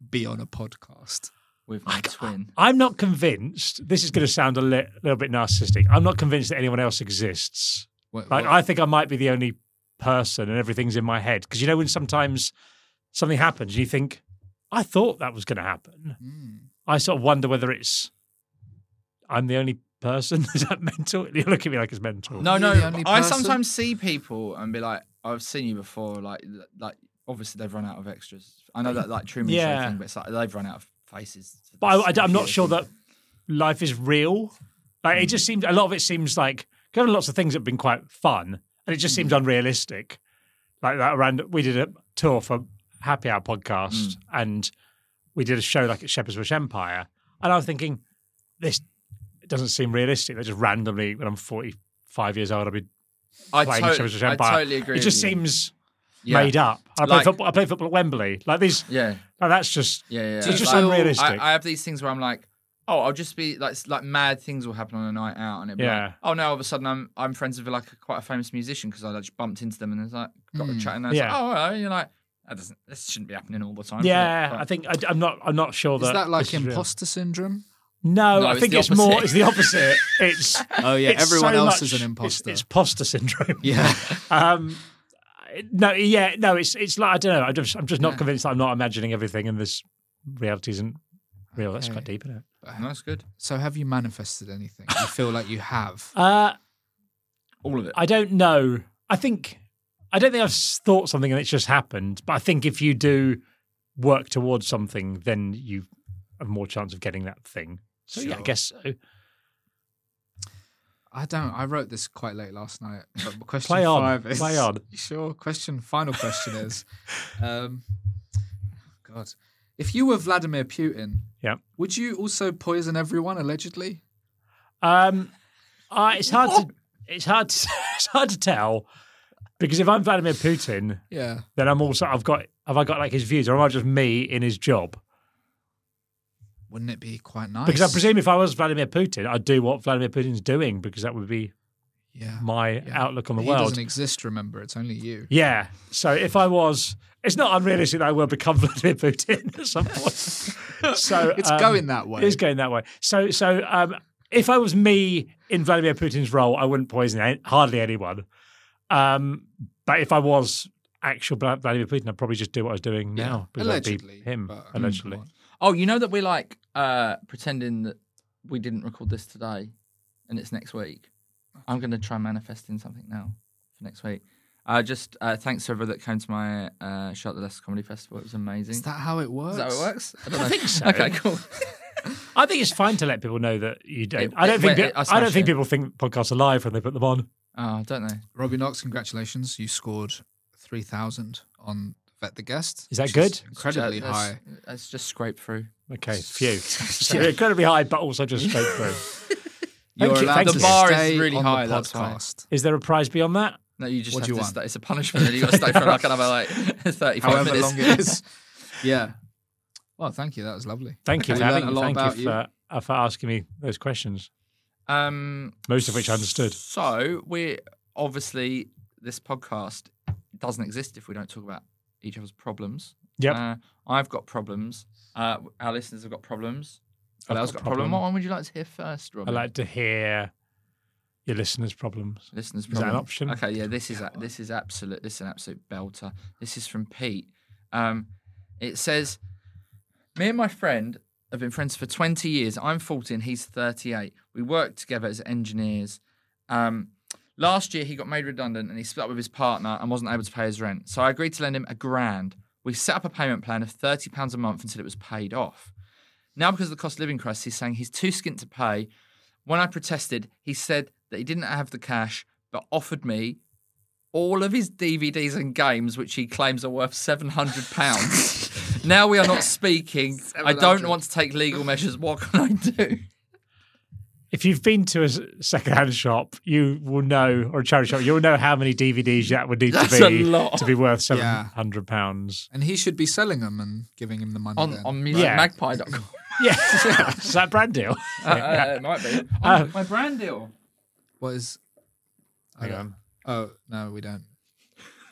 A: Be on a podcast.
B: with
A: Oh,
B: my twin.
C: I'm not convinced. This is going to sound a li- little bit narcissistic. I'm not convinced that anyone else exists.
A: What-
C: Like
A: what-
C: I think I might be the only person, and everything's in my head. Because you know when sometimes something happens, and you think, "I thought that was going to happen."
A: Mm.
C: I sort of wonder whether it's I'm the only person. [LAUGHS] Is that mental? You look at me like it's mental.
B: No,
A: You're
B: no.
A: the only
B: I
A: person?
B: sometimes see people and be like, I've seen you before. Like, like obviously they've run out of extras. I know that like Truman
C: Yeah.
B: Show thing, but it's like they've run out of faces.
C: but I, am not sure that life is real. Like it just seems a lot of it seems like kind of lots of things that have been quite fun, and it just seems
B: Mm.
C: unrealistic. Like that around we did a tour for Happy Hour
B: Mm.
C: podcast, and we did a show like at Shepherd's Bush Empire, and I was thinking this doesn't seem realistic. That just randomly when I'm 45 years old, I'll be
B: I,
C: playing
B: tot-
C: Shepherd's Bush
B: I
C: Empire.
B: totally agree.
C: it just
B: with you.
C: seems
B: Yeah.
C: made up. I play
B: Like-
C: football. I play football at Wembley. Like these.
B: Yeah,
C: Like that's just
B: yeah, yeah.
A: Do you
B: yeah.
A: just
B: Like,
C: unrealistic?
B: I, I have these things where I'm like, oh, I'll just be like, s- like mad things will happen on a night out, and it'll be
C: Yeah.
B: like, oh, now all of a sudden I'm I'm friends with like quite a famous musician because I like, just bumped into them and it's like got
A: Mm.
B: a chat and I was
C: Yeah.
B: like, oh, all right. and you're like, that doesn't, this shouldn't be happening all the time. should it?
C: Yeah,
B: But-
C: I think I, am not. I'm not sure
A: Is that like
C: this real.
A: imposter syndrome?
C: No,
B: No,
C: I
B: it's
C: think
B: the
C: it's more.
B: opposite.
C: It's
B: [LAUGHS]
C: the opposite. It's
A: Oh [LAUGHS] yeah,
C: it's
A: everyone
C: so
A: else
C: much-
A: is an
C: it's-
A: imposter.
C: It's, poster syndrome.
A: [LAUGHS] yeah,
C: Um, no, yeah, no. It's it's like I don't know. I'm just I'm just not
B: Yeah.
C: convinced that I'm not imagining everything, and this reality isn't real. That's
A: Okay.
C: quite deep, isn't it?
B: no, that's good.
A: So have you manifested anything? You feel like you have.
C: Uh,
B: All of it.
C: I don't know. I think I don't think I've s- thought something and it's just happened. But I think if you do work towards something, then you have more chance of getting that thing. So yeah, I
A: Sure.
C: guess so.
A: I don't. I wrote this quite late last night. But question
C: Play on,
A: five is
C: play on.
A: You [LAUGHS] sure. Question. Final question [LAUGHS] is, um, God, if you were Vladimir Putin,
C: Yeah.
A: would you also poison everyone allegedly?
C: Um, I, it's hard to it's hard to, [LAUGHS] it's hard to tell because if I'm Vladimir Putin,
A: Yeah.
C: then I'm also I've got have I got like his views or am I just me in his job?
A: Wouldn't it be quite nice?
C: Because I presume if I was Vladimir Putin, I'd do what Vladimir Putin's doing because that would be
A: Yeah.
C: my
A: Yeah.
C: outlook on the
A: he
C: world.
A: doesn't e exist. Remember, it's only you.
C: Yeah. So if I was, it's not unrealistic that I will become [LAUGHS] Vladimir Putin at some point. [LAUGHS] So
A: It's
C: um,
A: going that way.
C: It is going that way. So so um, if I was me in Vladimir Putin's role, I wouldn't poison a- hardly anyone. Um, but if I was actual Vla- Vladimir Putin, I'd probably just do what I was doing
A: Yeah.
C: now. because I'd be
A: allegedly
C: him
A: but- hmm,
C: allegedly.
B: Oh, you know that we're like uh, pretending that we didn't record this today and it's next week. I'm going to try manifesting something now for next week. Uh, just uh, thanks to everyone that came to my uh, Shout the Less Comedy Festival. It was amazing.
A: Is that how it works?
B: Is that how it works? I don't
C: I
B: know.
C: think so.
B: Okay, cool.
C: I think it's fine to let people know that you don't.
B: It-
C: I don't
B: it-
C: think.
B: well,
C: pe-
B: it- I
C: I don't
B: smashed
C: think
B: it.
C: people think podcasts are live when they put them on.
B: Oh, I don't know.
A: Robbie Knox, congratulations. You scored 3,000 on Vet the Guest.
C: Is that
A: which
C: good?
A: Incredibly
B: Let's-
A: high.
B: Let's just scrape through.
C: Okay,
A: [LAUGHS]
C: few. So incredibly high, but also just straight through.
A: You're
C: you,
A: allowed
C: thank
A: to stay
C: you. The
B: bar is really
A: on
B: high,
A: The
B: that's why.
A: podcast.
C: Is there a prize beyond that?
B: No, you just
A: What
B: have
A: do you
B: to
A: want?
B: stay. It's a
A: [LAUGHS]
B: punishment. really. You've got to stay for like another like [LAUGHS] 35
A: However
B: minutes.
A: long it is. Yeah. Well, thank you. That was lovely.
C: Thank you
A: We
C: for
A: learned
C: having
A: a lot
C: Thank
A: about
C: you for, uh, for asking me those questions,
B: [LAUGHS] Um,
C: most of which I understood.
B: So we're obviously this podcast doesn't exist if we don't talk about each other's problems.
C: Yep.
B: Uh, I've got problems. Uh, our listeners have got problems.
C: I've
B: Al's
C: got
B: got, a problem.
C: problem.
B: What one would you like to hear first,
C: I
B: Robin?
C: like to hear your listeners' problems.
B: listeners'
C: Is that
B: problem.
C: an option?
B: Okay, yeah, this is a, this is absolute. This is an absolute belter. This is from Pete. Um, it says, "Me and my friend have been friends for 20 years. I'm 14, he's 38. We worked together as engineers. Um, last year he got made redundant and he split up with his partner and wasn't able to pay his rent. So I agreed to lend him a grand. We set up a payment plan of 30 pounds a month until it was paid off. Now, because of the cost of living crisis, he's saying he's too skint to pay. When I protested, he said that he didn't have the cash, but offered me all of his DVDs and games, which he claims are worth seven hundred pounds. [LAUGHS] now we are not speaking. I don't
A: 700.
B: want to take legal measures. What can I do?
C: If you've been to a s- secondhand shop, you will know, or a charity shop, you'll know how many DVDs that would need
B: That's
C: to
B: a
C: be
B: lot.
C: to be worth seven
A: Yeah.
B: [LAUGHS]
C: hundred pounds.
A: And he should be selling them and giving him the money.
B: On
A: then.
B: on
C: Yeah.
B: [LAUGHS] musicmagpie.com.
C: Yeah, [LAUGHS] is that brand deal?
B: Uh, uh, it might be. Oh, my brand deal.
A: what is.
C: Hang
A: Okay.
C: on.
A: Oh, no, we don't.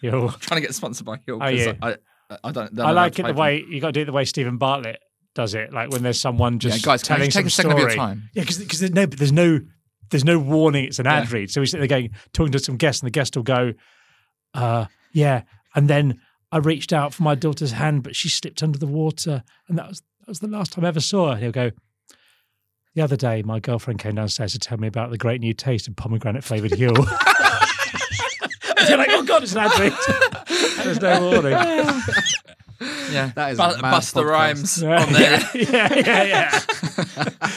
C: You'll-
B: Trying to get sponsored by Hill.
C: Are
B: 'cause
C: you?
B: I, I, I don't.
C: Oh, I like it the way you got to do it the way Stephen Bartlett does it. Like when there's someone just
B: guys, can I
C: telling
B: just take
C: some
B: a second of your
C: story.
B: time?
C: Yeah, because there's no there's no there's no warning. It's an ad read. So we sit there going talking to some guests, and the guest will go, uh, "Yeah," and then I reached out for my daughter's hand, but she slipped under the water, and that was that was the last time I ever saw her. And he'll go. The other day, my girlfriend came downstairs to tell me about the great new taste of pomegranate flavored Huel. [LAUGHS] And you're like, oh god, it's an ad read. [LAUGHS] There's no warning.
B: Yeah,
A: That is a mad
B: Bu- Bust the
A: podcast.
B: [LAUGHS]
C: [LAUGHS]
B: rhymes [LAUGHS]
C: Yeah,
B: on there.
C: yeah, yeah, yeah.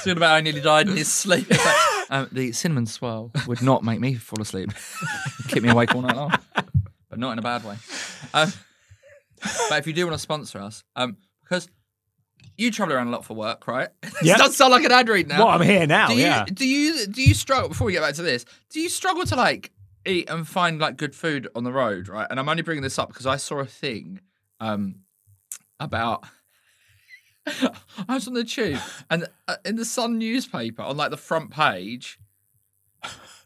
B: talking about I nearly died in his sleep. It's like,
C: [LAUGHS]
B: um, the cinnamon swirl would not make me fall asleep. [LAUGHS] Keep me awake all night long, but not in a bad way. Um, but if you do want to sponsor us, um, because you travel around a lot for work, right? [LAUGHS]
C: Yeah.
B: it does sound like an ad read now.
C: Well, I'm here now.
B: do you
C: yeah.
B: do you do you struggle before we get back to this? Do you struggle to like eat and find like good food on the road, right? And I'm only bringing this up because I saw a thing um about [LAUGHS] I was on the tube and uh, in the Sun newspaper on like the front page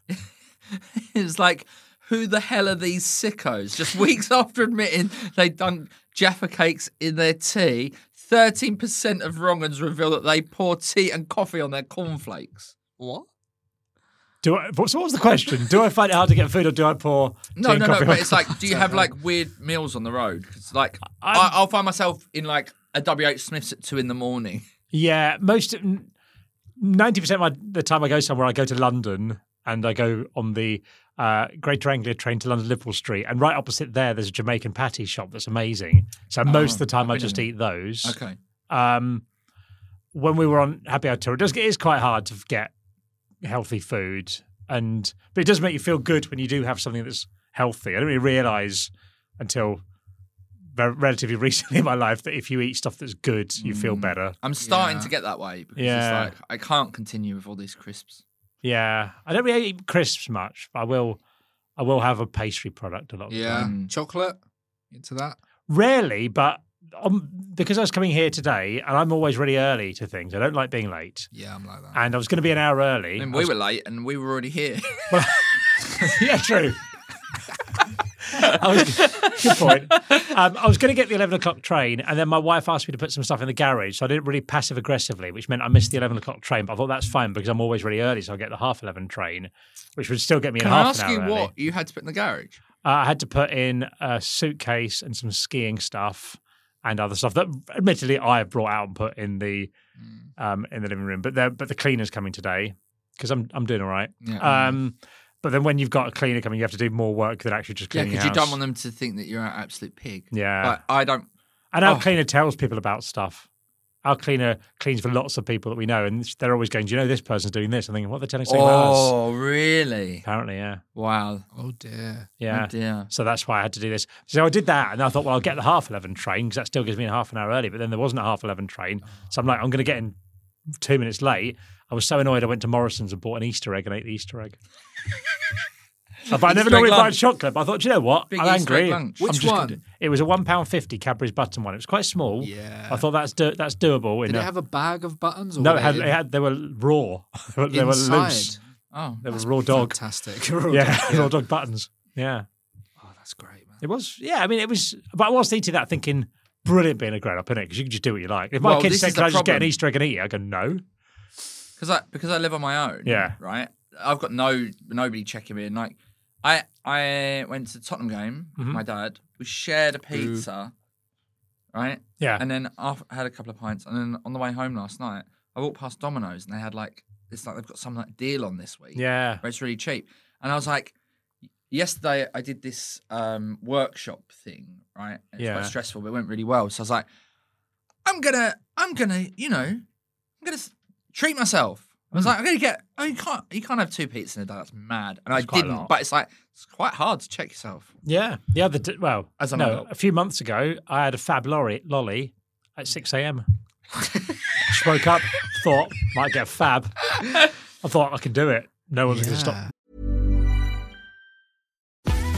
B: it was like who the hell are these sickos? Just weeks after admitting they dunk Jaffa cakes in their tea, 13% of wrongans reveal that they pour tea and coffee on their cornflakes. What?
C: Do I, what, so what was the question? Do I find it hard to get food or do I pour tea
B: No,
C: and
B: no, no.
C: coffee on-
B: But it's like, do you have like weird meals on the road? 'Cause, like,
C: I'm-
B: I, I'll find myself in like a WH Smith's at two in the morning.
C: Yeah, most ninety percent of my, the time I go somewhere, I go to London and I go on the uh, Greater Anglia train to London Liverpool Street, and right opposite there, there's a Jamaican patty shop that's amazing.
B: Oh,
C: So most of the time, I just eat those.
B: Okay.
C: Um, when we were on Happy Hour tour, it does it is quite hard to get healthy food, and but it does make you feel good when you do have something that's healthy. I didn't really realize until ver- relatively [LAUGHS] recently in my life that if you eat stuff that's good, you feel
B: Mm.
C: better.
B: I'm starting
A: Yeah.
B: to get that way because
C: Yeah.
B: it's like, I can't continue with all these crisps.
C: Yeah, I don't really eat crisps much, but I will. I will have a pastry product a lot. Of the
A: Yeah,
C: time.
B: Mm.
A: chocolate. Into that.
C: rarely, but um, because I was coming here today, and I'm always really early to things. I don't like being late,
A: Yeah, I'm like that.
C: and I was going to be an hour early.
B: I mean,
C: I
B: we
C: was-
B: were late and we were already here.
C: [LAUGHS] yeah, true. [LAUGHS] I was, good point. Um, I was going to get the eleven o'clock train, and then my wife asked me to put some stuff in the garage, so I did it really passive aggressively, which meant I missed the eleven o'clock train. But I thought that's fine because I'm always really early, so I get the half eleven train, which would still get me in
B: Can I
C: half
B: ask
C: an hour
B: you
C: early.
B: what you had to put in the garage?
C: Uh, I had to put in a suitcase and some skiing stuff and other stuff that, admittedly, I brought out and put in the
A: Mm.
C: um, in the living room. But they're- but the cleaner's coming today because I'm I'm doing all right.
B: Mm.
A: Yeah.
C: Um, but then when you've got a cleaner coming, you have to do more work than actually just
B: Yeah,
C: cleaning.
B: because
C: your
B: you don't
C: house.
B: want them to think that you're an absolute pig.
C: Yeah,
B: Like, I don't.
C: and our
B: oh.
C: cleaner tells people about stuff. Our cleaner cleans for lots of people that we know, and they're always going, "Do you know this person's doing this?" I'm thinking, "What are they telling us about us?"
B: Oh, really?
C: Apparently, yeah,
B: Wow.
A: oh dear.
C: yeah.
B: Oh, dear.
C: So that's why I had to do this. So I did that, and I thought, well, I'll get the half eleven train because that still gives me a half an hour early. But then there wasn't a half eleven train, so I'm like, I'm going to get in two minutes late. I was so annoyed. I went to Morrison's and bought an Easter egg and ate the Easter egg. but I
B: Easter
C: never
B: egg
C: normally buy
B: lunch.
C: chocolate. But I thought, "Do you know what?
B: Big
C: I'm
B: Easter egg
C: angry.
B: lunch.
C: I'm
A: Which
C: just gonna
A: one?
C: do-" It was a one pound fifty Cadbury's button one. It was quite small.
A: Yeah.
C: I thought that's do- that's doable.
A: Did
C: in a-
A: it have a bag of buttons? Or
C: no,
A: were
C: it had,
A: they
C: it had. They were raw. [LAUGHS] they were
A: inside?
C: loose.
B: Oh,
C: They were raw dog.
A: Fantastic. [LAUGHS]
C: Yeah, [LAUGHS] raw dog buttons. Yeah.
A: Oh, that's great, man.
C: It was, yeah. I mean, it was, but I was eating that thinking, brilliant being a grown up, innit? Because you can just do what you like. If my
B: Well,
C: kids
B: this
C: said,
B: is
C: can
B: the
C: I just get an
B: problem.
C: Easter egg and eat it? I go, no.
B: because I because I live on my own.
C: Yeah.
B: Right. I've got no nobody checking me in. Like, I I went to the Tottenham game. with
C: Mhm.
B: My dad. We shared a pizza. Right.
C: Yeah.
B: And then after, I had a couple of pints, and then on the way home last night, I walked past Domino's, and they had like it's like they've got some like deal on this week.
C: yeah.
B: Where it's really cheap, and I was like, yesterday I did this um, workshop thing, right? It was
C: Yeah.
B: quite stressful, but it went really well. So I was like, I'm gonna, I'm gonna, you know, I'm gonna s- treat myself. I
C: Hmm.
B: was like, I'm gonna get. Oh, you can't, you can't have two pizzas in a day. That's mad. And
C: That's
B: I
C: quite a
B: didn't.
C: lot.
B: But it's like it's quite hard to check yourself.
C: Yeah. The other, d- well,
B: As an
C: no,
B: adult.
C: a few months ago, I had a fab lorry, lolly at 6 a.m. just woke up, thought, might get a fab. I thought, I can do it. No one's going to stop.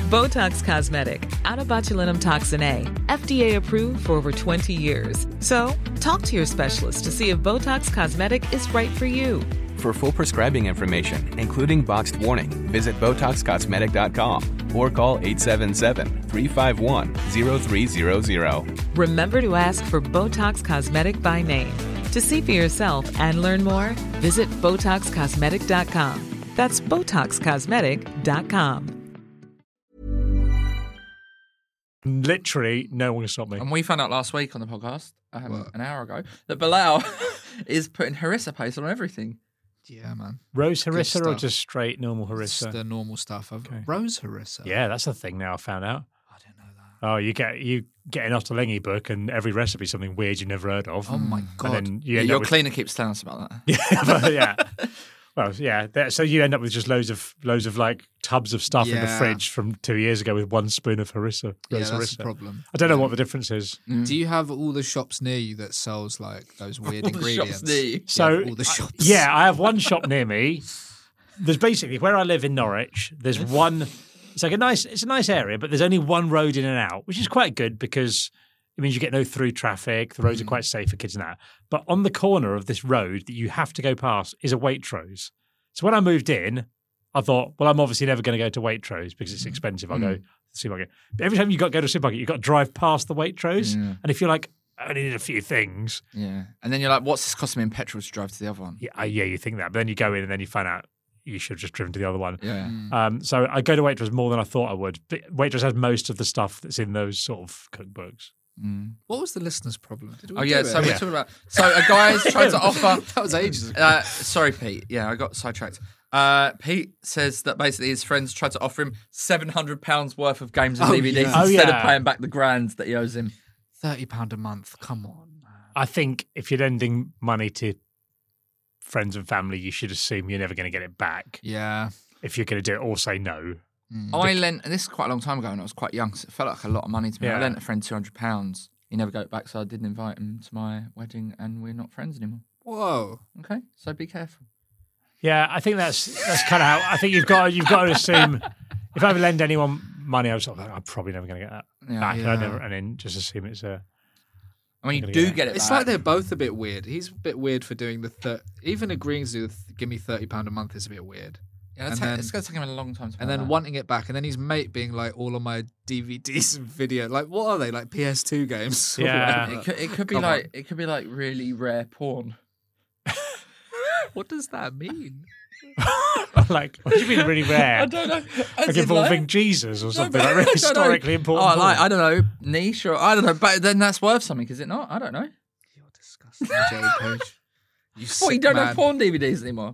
D: Botox Cosmetic, out of botulinum toxin A, FDA approved for over 20 years. So, talk to your specialist to see if Botox Cosmetic is right for you.
E: For full prescribing information, including boxed warning, visit BotoxCosmetic.com or call 877-351-0300.
D: Remember to ask for Botox Cosmetic by name. To see for yourself and learn more, visit BotoxCosmetic.com. That's BotoxCosmetic.com.
C: Literally, no one can stop me.
B: And we found out last week on the podcast, um,
A: What?
B: an hour ago, that Bilal [LAUGHS] is putting harissa paste on everything.
A: Yeah, man.
C: Rose harissa or
A: stuff.
C: just straight normal
A: It's
C: harissa?
A: the normal stuff. I've Rose harissa.
C: Yeah, that's a thing now I found out.
A: Oh. I didn't know that.
C: Oh, you get you get an Ottolenghi book and every recipe something weird you've never heard of.
A: Oh my god!
C: And then you
B: Yeah,
C: end
B: your
C: up with,
B: cleaner keeps telling us about that.
C: yeah, [LAUGHS]
A: [LAUGHS]
C: yeah. Well, yeah. That, so you end up with just loads of loads of like tubs of stuff in the
A: Yeah.
C: fridge from two years ago with one spoon of harissa.
A: yeah,
C: rose
A: that's the
C: harissa.
A: problem. Mm.
C: I don't know what the difference is.
A: Do you have all the shops near you that sells like those weird
B: The
A: ingredients?
B: shop's knee.
C: So
A: all the
C: I-
A: shops.
C: yeah, I have one shop near me. There's basically where I live in Norwich. There's one. It's like a nice. It's a nice area, but there's only one road in and out, which is quite good because it means you get no through traffic. The roads are quite safe for kids and that. But on the corner of this road that you have to go past is a Waitrose. So when I moved in, I thought, well, I'm obviously never going to go to Waitrose because it's expensive. I'll go to the supermarket. But every time you got to go to a supermarket, you've got to drive past the Waitrose,
B: Yeah.
C: and if you're like, I only need a few things,
B: Yeah. And then you're like, what's this costing me in petrol to drive to the other one?
C: yeah, uh, yeah, you think that, but then you go in and then you find out you should have just driven to the other one.
B: Yeah.
C: Um, so I go to Waitrose more than I thought I would. But Waitrose has most of the stuff that's in those sort of cookbooks.
A: Mm. What was the listener's problem? Did we
B: Oh
A: do
B: yeah,
A: it?
B: so we're talking about so a guy's
A: [LAUGHS]
B: trying to offer
A: that was ages ago.
B: Uh, sorry, Pete. Yeah, I got sidetracked. Uh, Pete says that basically his friends tried to offer him seven hundred pounds worth of games and
A: Oh,
B: DVDs
A: yeah.
C: Oh,
B: instead of
C: yeah.
B: paying back the grand that he owes him.
A: Thirty pound a month. Come on.
C: I think if you're lending money to friends and family, you should assume you're never going to get it back.
A: Yeah.
C: If you're going to do it, or say no.
A: Mm.
B: I lent, and this is quite a long time ago, and I was quite young, so it felt like a lot of money to me. I
C: Yeah.
B: lent a friend two hundred pounds. He never got it back, so I didn't invite him to my wedding, and we're not friends anymore.
A: Whoa.
B: Okay, so be careful.
C: Yeah, I think that's that's kind of how I think you've got you've got to assume. If I ever lend anyone money, I was sort of like, I'm probably never going to get that
B: Oh, Yeah.
C: back. And I
A: Yeah.
C: never, and then just assume it's a. [LAUGHS]
B: I mean, you
C: Gonna
B: do
C: get it.
B: get it.
A: It's
B: back.
A: like they're both a bit weird. He's a bit weird for doing the thir- even agreeing to do the th- give me thirty pound a month is a bit weird.
B: Yeah, it's,
A: and
B: ta-
A: then-
B: it's gonna take him a long time to.
A: And
B: pay
A: then
B: that.
A: wanting it back, and then his mate being like, "All of my DVDs and video, like what are they? Like PS2 games? or
C: Yeah.
A: whatever.
B: It [LAUGHS] could, it could be
A: Come on.
B: like it could be like really rare porn.
A: What does that
B: [LAUGHS]
A: mean?
C: like, what do you mean really rare?
B: I don't know. As
C: like
B: in,
C: involving Jesus or something
B: but-
C: like
B: [LAUGHS]
C: really
B: I don't know.
C: historically important.
B: Oh, like
C: porn.
B: I don't know, niche or I don't know, but then that's worth something, is it not? I don't know.
A: You're disgusting, Joe Page. You sick
B: What you don't
A: man.
B: have porn DVDs anymore?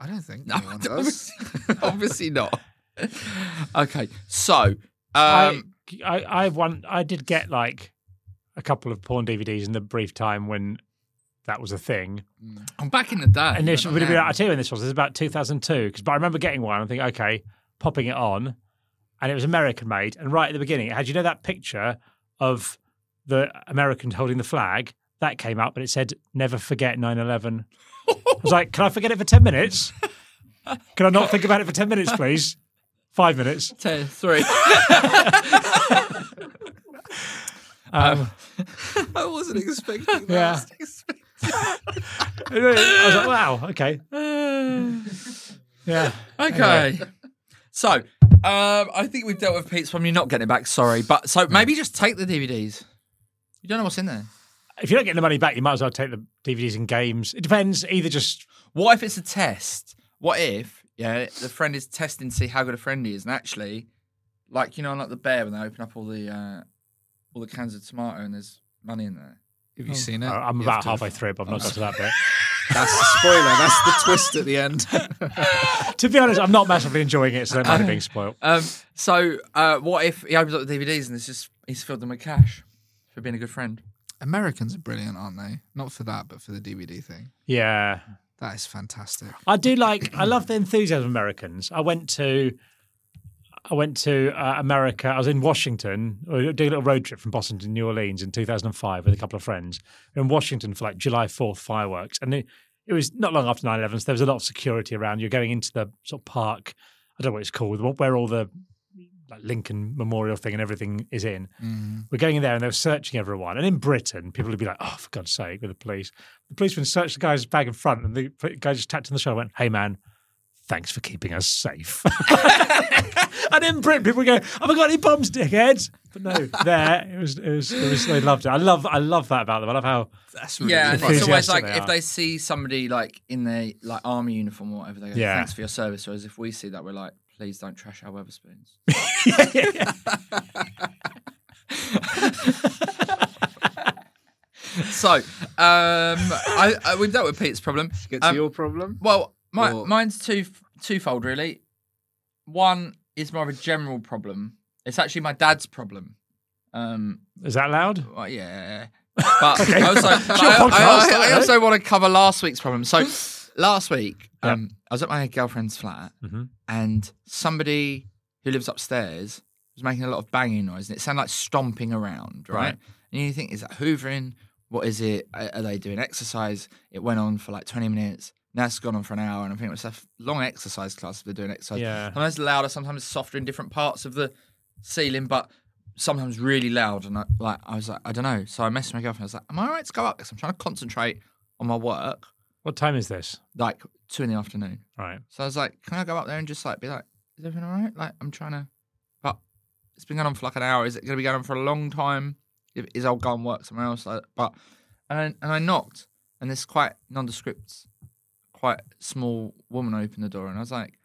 A: I don't think
B: [LAUGHS] No,
A: anyone does.
B: [LAUGHS] obviously, [LAUGHS] obviously not. Okay, so um,
C: I, I, I won. I did get like a couple of porn DVDs in the brief time when that was a thing.
B: I'm back in the day.
C: And this
B: when
C: would have been.
B: I
C: I tell you when this was. This was about 2002. Because but I remember getting one. I think okay, popping it on, and it was American made. And right at the beginning, it had you know that picture of the American holding the flag. That came up, and it said, "Never forget 9/11." I was like, "Can I forget it for 10 minutes? Can I not think about it for 10 minutes, please? Five minutes."
B: ten, three.
C: [LAUGHS]
B: [LAUGHS] [LAUGHS]
C: Um,
A: I wasn't expecting that.
C: Yeah.
A: I was expecting-
C: I was like, wow, okay. Yeah.
B: Okay. So, um, I think we've dealt with Pete's problem. You're not getting it back, sorry. But so maybe just take the DVDs. You don't know what's in there.
C: If you're not getting the money back, you might as well take the DVDs and games. It depends. Either just
B: What if it's a test? What if, yeah, the friend is testing to see how good a friend he is, and actually, like you know, like the bear when they open up all the uh, all the cans of tomato and there's money in there.
A: Have you seen it? [LAUGHS]
C: I- Uh, I'm
A: You have
C: about
A: to-
C: halfway through, but I've not got to that bit.
A: That's the spoiler. That's
B: [LAUGHS]
A: the twist at the end.
C: to be honest, I'm not massively enjoying it, so that might have been spoiled.
B: Um, so uh, what if he opens up the DVDs and it's just he's filled them with cash for being a good friend?
A: Americans are brilliant, aren't they? Not for that, but for the DVD thing.
C: Yeah.
A: That is fantastic.
C: I do like. I love the enthusiasm of Americans. I went to, I went to uh, America. I was in Washington, we were doing a little road trip from Boston to New Orleans in 2005 with a couple of friends. We were in Washington for like July 4th fireworks, and it, it was not long after 9/11. So there was a lot of security around. You're going into the sort of park. I don't know what it's called, where all the like Lincoln Memorial thing and everything is in. We're going in there and they were searching everyone. And in Britain, people would be like, oh, for God's sake, with the police. The policeman searched the guy's bag in front and the pl- guy just tapped him on the shoulder and went, hey, man, thanks for keeping us safe. [LAUGHS] and in Britain, people go, oh my God, he bombs dickheads. But no, there, it was, it was, it was, they loved it. I love, I love that about them. I love how,
A: That's
B: Yeah, and it's always
C: Enthusiastic
B: like
C: they
B: if
C: are.
B: they see somebody like in their like army uniform or whatever, they go,
C: Yeah.
B: "Thanks for your service." Whereas if we see that, we're like, "Please don't trash our
C: [LAUGHS]
B: Weatherspoons." [LAUGHS] so, um, I, I we've dealt with Pete's problem.
A: Get to
B: Um,
A: your problem.
B: well, my,
A: Or-
B: mine's two twofold really. One is more of a general problem. It's actually my dad's problem, Um,
C: Is that loud?
B: Well, yeah. But I also, but
C: your
B: I, I-
C: podcast,
B: I- I
C: right?
B: also want to cover last week's problem. So last week, um, I was at my girlfriend's flat,
C: Mhm.
B: and somebody who lives upstairs was making a lot of banging noise, and it sounded like stomping around, right?
C: Right.
B: And you think, is that hoovering? What is it? Are, are they doing exercise? It went on for like 20 minutes. Now it's gone on for an hour, and I think it's a f- long exercise class if they're doing exercise.
C: Yeah.
B: Sometimes louder, sometimes softer in different parts of the ceiling, but sometimes really loud. And I, like, I was like, I don't know. So I messaged my girlfriend. I was like, Am I all right to go up? Because I'm trying to concentrate on my work,
C: What time is this?
B: like two in the afternoon.
C: Right.
B: So I was like, Can I go up there and just like be like, Is everything all right? Like, I'm trying to, but it's been going on for like an hour. Is it going to be going on for a long time? If- Is I'll go and work somewhere else? Like, but and I, and I knocked, and this quite nondescript, quite small woman opened the door, and I was like,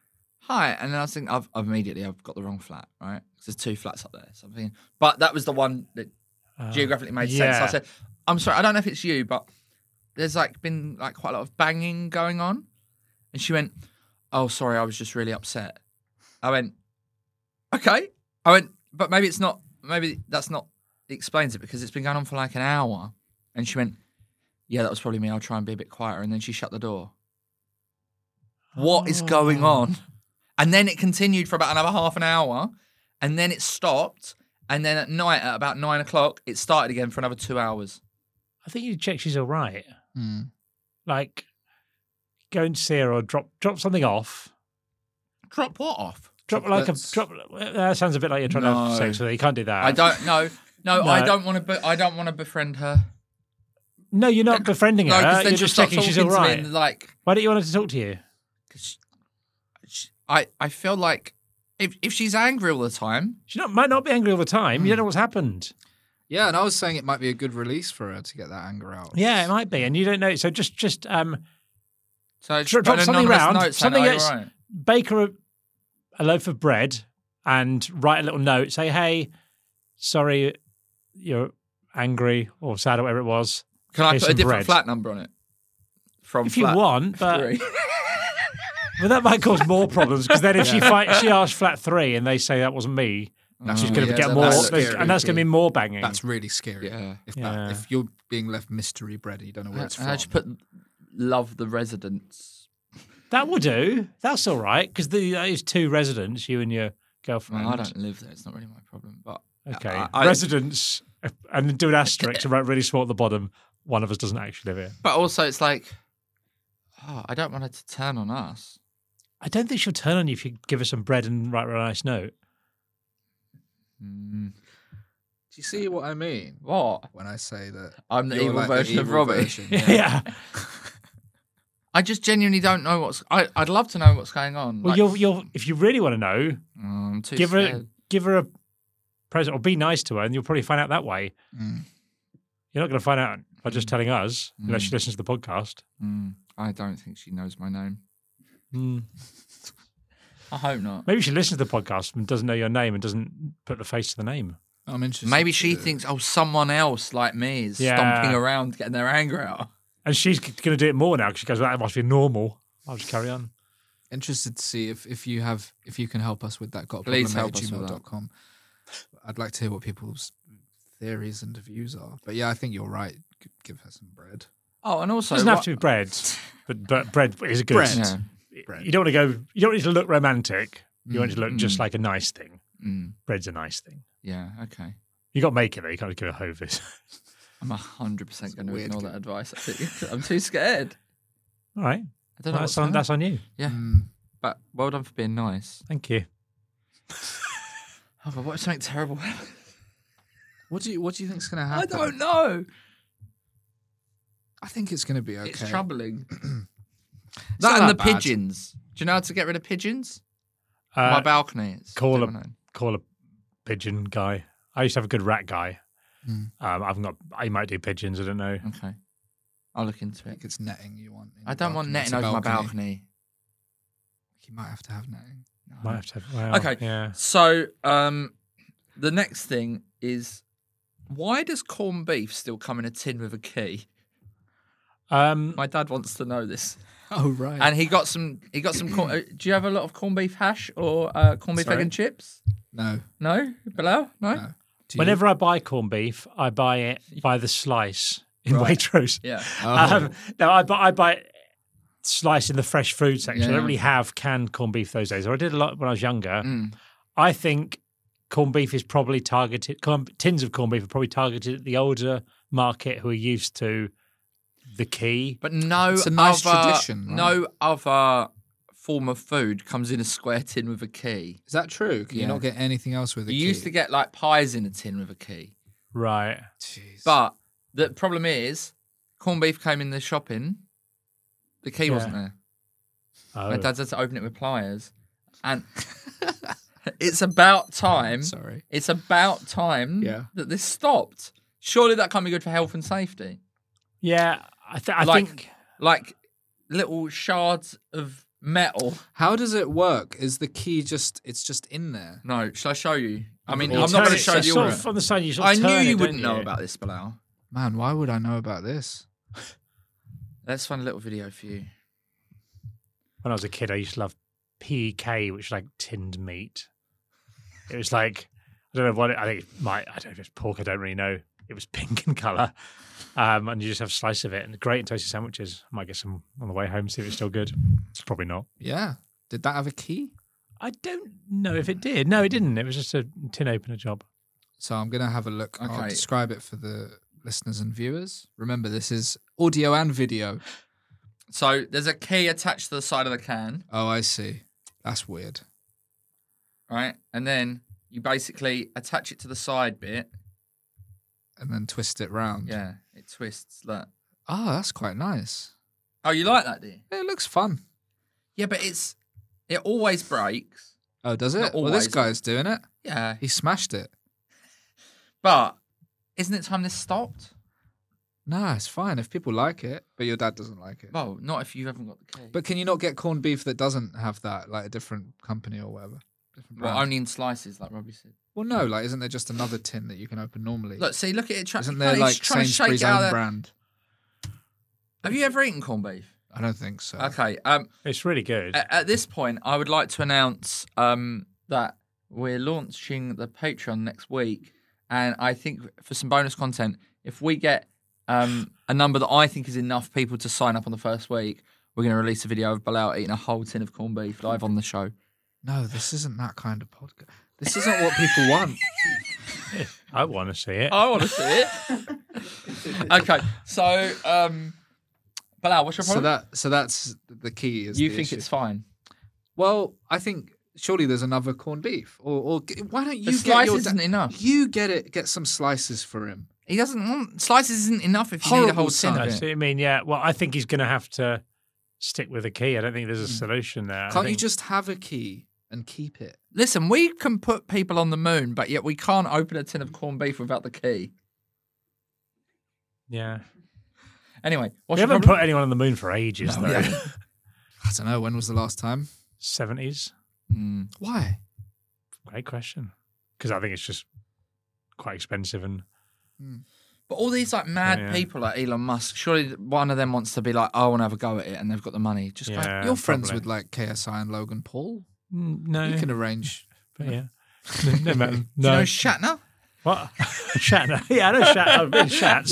B: "Hi!" And then I was thinking, I've, I've immediately I've got the wrong flat, right? 'Cause there's two flats up there, something. But that was the one that
C: Uh,
B: geographically made
C: yeah.
B: sense. I said, "I'm sorry, I don't know if it's you, but there's like been like quite a lot of banging going on." And she went, "Oh, sorry, I was just really upset." I went, "Okay." I went, "But maybe it's not. Maybe that's not it explains it because it's been going on for like an hour." And she went, "Yeah, that was probably me. I'll try and be a bit quieter." And then she shut the door. What is going on? And then it continued for about another half an hour, and then it stopped. And then at night, at about nine o'clock, it started again for another two hours.
C: I think you need to check she's all right.
A: Hmm.
C: Like, go and see her or drop drop something off.
B: Drop what off?
C: Drop like a
B: Chocolates.
C: drop. uh, That sounds a bit like you're trying to
B: No.
C: have sex with her. You can't do that.
B: I don't know. No,
C: No.
B: I don't want to. Be, I don't want to befriend her.
C: No, you're not befriending
B: No,
C: her.
B: 'cause then
C: you're
B: she'll
C: just
B: start
C: checking she's all
B: talking to me
C: right.
B: and, like,
C: Why don't you want her to talk to you?
B: 'cause she- I, I feel like if if she's angry all the time,
C: She not, might not be angry all the time. You don't know what's
B: Mm.
C: happened.
A: Yeah, and I was saying it might be a good release for her to get that anger out.
C: Yeah, it might be, and you don't know. So just just um,
B: so
C: Drop- drop
B: put an
C: something
B: anonymous
C: round,
B: note saying,
C: something
B: "Are you
C: that's-
B: all oh, right?"
C: bake her a, a loaf of bread and write a little note. Say, hey, sorry, you're angry or sad or whatever it was.
B: Can I
C: Here's
B: put a
C: some
B: different
C: bread.
B: flat number on it? From
C: If you
B: flat
C: want, uh, but
B: three.
C: [LAUGHS] well, that might cause more problems because then if she fight, she asks flat three and they say that wasn't me,
B: Oh, Mm.
C: she's going to
A: yeah,
C: get
A: that-
C: more,
A: that's
C: there's-
A: scary.
C: and that's going to be more banging.
A: That's really scary.
B: Yeah.
A: If
C: Yeah.
A: that if you're being left mystery bread and you don't know where it's
B: and
A: from.
B: I just put love the residents.
C: that will do. That's all right because that is two residents, you and your girlfriend.
B: Well, I don't live there. It's not really my problem, but
C: Okay.
B: I- I-
C: Residents and do an asterisk and write really small at the bottom. One of us doesn't actually live here.
B: But also, it's like, oh, I don't want her to turn on us.
C: I don't think she'll turn on you if you give her some bread and write her a nice note. [LAUGHS]
A: Do you see what I mean
B: What?
A: when I say that?
B: I'm the
A: you're
B: evil
A: like
B: version of
A: evil
B: Robbie. [LAUGHS]
A: version,
C: Yeah.
B: I just genuinely don't know what's. I, I'd love to know what's going on.
C: Well,
B: like-
C: you'll, you'll, if you really want to know,
B: Oh, I'm too
C: give her,
B: scared.
C: give her a present or be nice to her, and you'll probably find out that way.
A: Mm.
C: You're not going to find out by just telling us, unless she listens to the podcast.
B: Mm, I don't think she knows my name.
C: Hmm.
B: [LAUGHS] I hope not.
C: Maybe she listens to the podcast and doesn't know your name and doesn't put the face to the name.
A: I'm interested.
B: Maybe she
A: to-
B: thinks, oh, someone else like me is
C: Yeah.
B: stomping around, getting their anger out.
C: And she's going to do it more now because she goes, well, that must be normal. I'll just carry on.
A: interested to see if, if you have if you can help us with that. Got a
B: Please
A: problem at
B: help us with that.
A: gmail.com. I'd like to hear what people's theories and views are. But yeah, I think you're right. G- Give her some bread.
B: Oh, and also,
C: It doesn't have
B: what-
C: to be bread, but, but bread is good.
A: Bread.
B: Yeah.
A: Bread.
C: You don't want to go. You don't need to look romantic. You want it to look
B: Mm-hmm.
C: just like a nice thing.
B: Mm,
C: Bread's a nice thing.
B: yeah, okay.
C: You got to make it though. You can't "Oh, give it a hovis.
B: I'm 100% going to
A: weird
B: ignore
A: kid.
B: that advice. [LAUGHS] I think. I'm too scared.
C: [LAUGHS] All right,
B: I don't know.
C: that's
B: what's
C: on
B: going on.
C: that's on you.
B: Yeah,
A: Mm.
B: but well done for being nice.
C: Thank you.
B: Oh, but what if something terrible happens?
A: What do you what do you think's gonna
B: [LAUGHS] I
A: happen?
B: don't know.
A: I think it's gonna be okay.
B: [CLEARS THROAT] It's troubling.
A: not
B: that and the
A: that bad.
B: pigeons. Do you know how to get rid of pigeons? My
C: Uh,
B: balcony. It's
C: call
B: don't
C: a
B: know.
C: call a pigeon guy. I used to have a good rat guy.
B: Mm.
C: Um, I've got. I might do pigeons. I don't know.
B: Okay. I'll look into
A: I
B: it.
A: think it's netting you want. in
B: I
A: your
B: don't want
A: balcony. It's
B: netting
A: a
B: over my balcony.
A: You might have to have
B: [LAUGHS]
A: netting.
C: Might have to. Well,
B: Mm. Okay.
C: Oh, Yeah.
B: So, um, the next thing is why does corned beef still come in a tin with a key?
C: Um,
B: My dad wants to know [LAUGHS] this.
A: Oh right.
B: And he got some. He got some. Corn, uh, do you have a lot of corned beef hash or uh, corned beef egg
A: Sorry?
B: and chips?
A: no.
B: No, Bilal. No.
A: No. Do you?
C: Whenever I buy corned beef, I buy it by the slice in
A: Right.
C: Waitrose.
B: Yeah.
A: Oh.
C: Um,
B: Oh.
C: no, I buy, I buy it sliced in the fresh food section. I
B: Yeah.
C: don't really have canned corned beef those days, or I did a lot when I was younger.
B: Mm.
C: I think corned beef is probably targeted, corn, tins of corned beef are probably targeted at the older market who are used to the key.
B: But no
A: It's a nice
B: other,
A: tradition, right?
B: No other form of food comes in a square tin with a key.
A: Is that true? Can
B: Yeah.
A: you not get anything else with it?
B: you used to get like pies in a tin with a key.
C: Right.
A: Jeez.
B: But the problem is, corned beef came in the shopping. The key
C: Yeah.
B: wasn't there.
C: Oh.
B: My dad's had to open it with pliers, and [LAUGHS] it's about time.
A: [LAUGHS] Sorry.
B: It's about time
A: Yeah.
B: that this stopped. Surely that can't be good for health and safety.
C: yeah, I, th- I
B: Like-
C: think.
B: Like little shards of metal.
A: How does it work? Is the key just? It's just in there.
B: No, shall I show you? I mean,
A: Or
B: I'm not
C: Turn
B: going to
C: it-
B: show
C: it's
B: you.
C: sort
B: all
C: of
B: of it.
C: on the side. You sort
B: I
C: of
B: knew
C: turn it,
B: you
C: don't
B: wouldn't know about this, Bilal.
A: Man, why would I know about this?
B: Let's find a little video for you.
C: When I was a kid, I used to love PK, which is like tinned meat. It was like I don't know what it, I think it might. I don't know if it's pork. I don't really know. It was [LAUGHS] pink in color, um, and you just have a slice of it and great in toasted sandwiches. I might get some on the way home. See if it's still good. It's probably not.
A: Yeah. Did that have a key?
C: I don't know if it did. No, it didn't. It was just a tin opener job.
A: So I'm gonna have a look. I'll
B: Okay.
A: describe it for the listeners and viewers. Remember, this is audio and video.
B: So there's a key attached to the side of the can,
A: Oh, I see. That's weird.
B: right? And then you basically attach it to the side bit.
A: And then twist it round.
B: Yeah, it twists that.
A: Oh, that's quite nice.
B: Oh, you like that, do you?
A: It looks fun.
B: Yeah, but it's it always breaks.
A: Oh, does
B: Not
A: it? Well, this
B: always.
A: guy's doing it.
B: Yeah,
A: He smashed it.
B: but isn't it time this stopped?
A: No, it's fine if people like it, but your dad doesn't like it.
B: Well, not if you haven't got the key.
A: But can you not get corned beef that doesn't have that, like a different company or whatever? Different
B: well,
A: brand?
B: only in slices, like Robbie said.
A: well, no, like isn't there just another tin that you can open normally?
B: Look, see, look at it. Tra-
A: isn't there
B: he's
A: like
B: trying to shake
A: Sainsbury's
B: it out of
A: own
B: there.
A: brand?
B: Have you ever eaten corned beef?
A: I don't think so.
B: Okay. Um,
C: It's really good.
A: Uh,
B: a- at this point, I would like to announce um that we're launching the Patreon next week, and I think for some bonus content, if we get um a number that I think is enough people to sign up on the first week, we're going to release a video of Bilal eating a whole tin of corned beef live on the show.
A: No, this isn't that kind of podcast. This isn't what people
B: [LAUGHS]
A: want.
C: I want to see it.
A: oh,
B: I want to see it. [LAUGHS] okay, so um, Bilal, what's your
A: so
B: problem?
A: that so that's the key. Is
B: you
A: the
B: think
A: issue.
B: it's fine?
A: well? I think surely there's another corned beef, or, or g- why don't you
B: the
A: get
B: slice
A: your
B: isn't
A: da-
B: enough.
A: you get it? Get some slices for him.
B: He doesn't want slices. Isn't enough if you need a
A: Horrible
B: whole tin
A: son.
B: of
C: I
B: it.
C: see. what you mean, yeah. Well, I think he's going to have to stick with a key. I don't think there's a solution there. I
A: Hmm. Can't you
C: think-
A: just have a key and keep it?
B: Listen, we can put people on the moon, but yet we can't open a tin of corned beef without the key.
C: Yeah.
B: Anyway,
C: We
B: what's your
C: haven't
B: problem?
C: put anyone on the moon for ages, though.
A: I don't know. When was the last time?
C: 70s?
B: Mm.
A: Why?
C: Great question. Because I think it's just quite expensive and
B: But all these like mad
C: Yeah.
B: people like Elon Musk, surely one of them wants to be like, I want to have a go at it, and they've got the money. Just go,
C: yeah,
A: You're friends
C: Uh, probably.
A: with like KSI and Logan Paul.
C: Mm, no,
A: You can
C: [LAUGHS]
A: arrange.
C: but yeah. no, no,
B: Do you
C: [LAUGHS] no.
B: know Shatner?
C: what? Shatner. Yeah, I know Shatner. I've [LAUGHS] been Shats.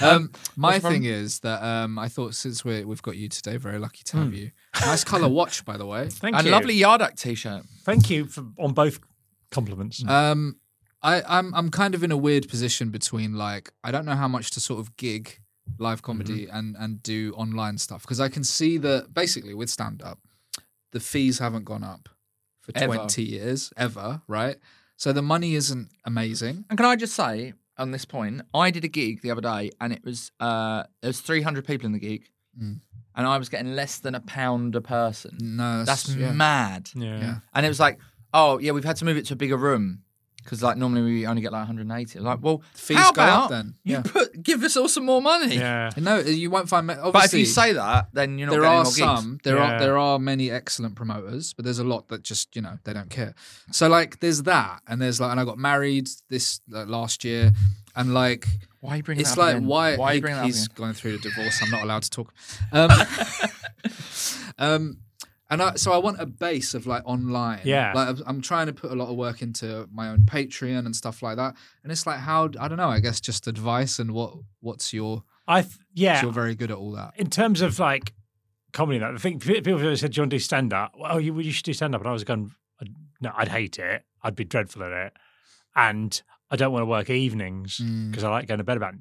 A: Yeah. Um, my
B: what's wrong?
A: thing is that um, I thought since we're, we've got you today, very lucky to have you. Nice color watch, by the way.
C: Hmm. [LAUGHS] Thank
B: And
C: you.
B: lovely Yardak t-shirt.
C: Thank you for, on both compliments.
A: Um, I, I'm I'm kind of in a weird position between like I don't know how much to sort of gig
B: Mm-hmm.
A: live comedy and and do online stuff because I can see that basically with stand up, the fees haven't gone up for
B: Ever.
A: 20 years ever, right? So the money isn't amazing.
B: And can I just say on this point, I did a gig the other day, and it was uh, there was 300 people in the gig,
A: Mm.
B: and I was getting less than a pound a person.
A: No,
B: That's
A: yeah.
B: mad.
C: yeah.
A: yeah.
B: And it was like, oh yeah, we've had to move it to a bigger room because like normally we only get like 180. Like, well,
A: Fees
B: how
A: go up
B: about
A: then.
B: You [LAUGHS]
A: Yeah.
B: put give us all some more money.
C: Yeah.
A: No, you won't find. ma- Obviously,
B: But if you say that, then you're not
A: there
B: getting
A: are
B: more gigs.
A: some there
C: Yeah.
A: are there are many excellent promoters but there's a lot that just you know they don't care so like there's that and there's like and i got married this like, last year and like
B: Why are you bringing
A: it's
B: that up
A: like
B: again?
A: why,
B: Why are you
A: he-
B: bringing that up
A: he's
B: again? [LAUGHS]
A: going through a divorce i'm not allowed to talk um, um And I, so I want a base of like online.
C: Yeah.
A: Like I'm- I'm trying to put a lot of work into my own Patreon and stuff like that. And it's like how I don't know. I guess just advice and what what's your
C: I th- yeah.
A: you're very good at all that.
C: in terms of like comedy, and that I think pe- people have said, "Do you want to do stand up?" Well, oh, you, you should do stand up, and I was going, I'd, "No, I'd hate it. I'd be dreadful at it, and I don't want to work evenings
A: Mm.
C: because I like going to bed about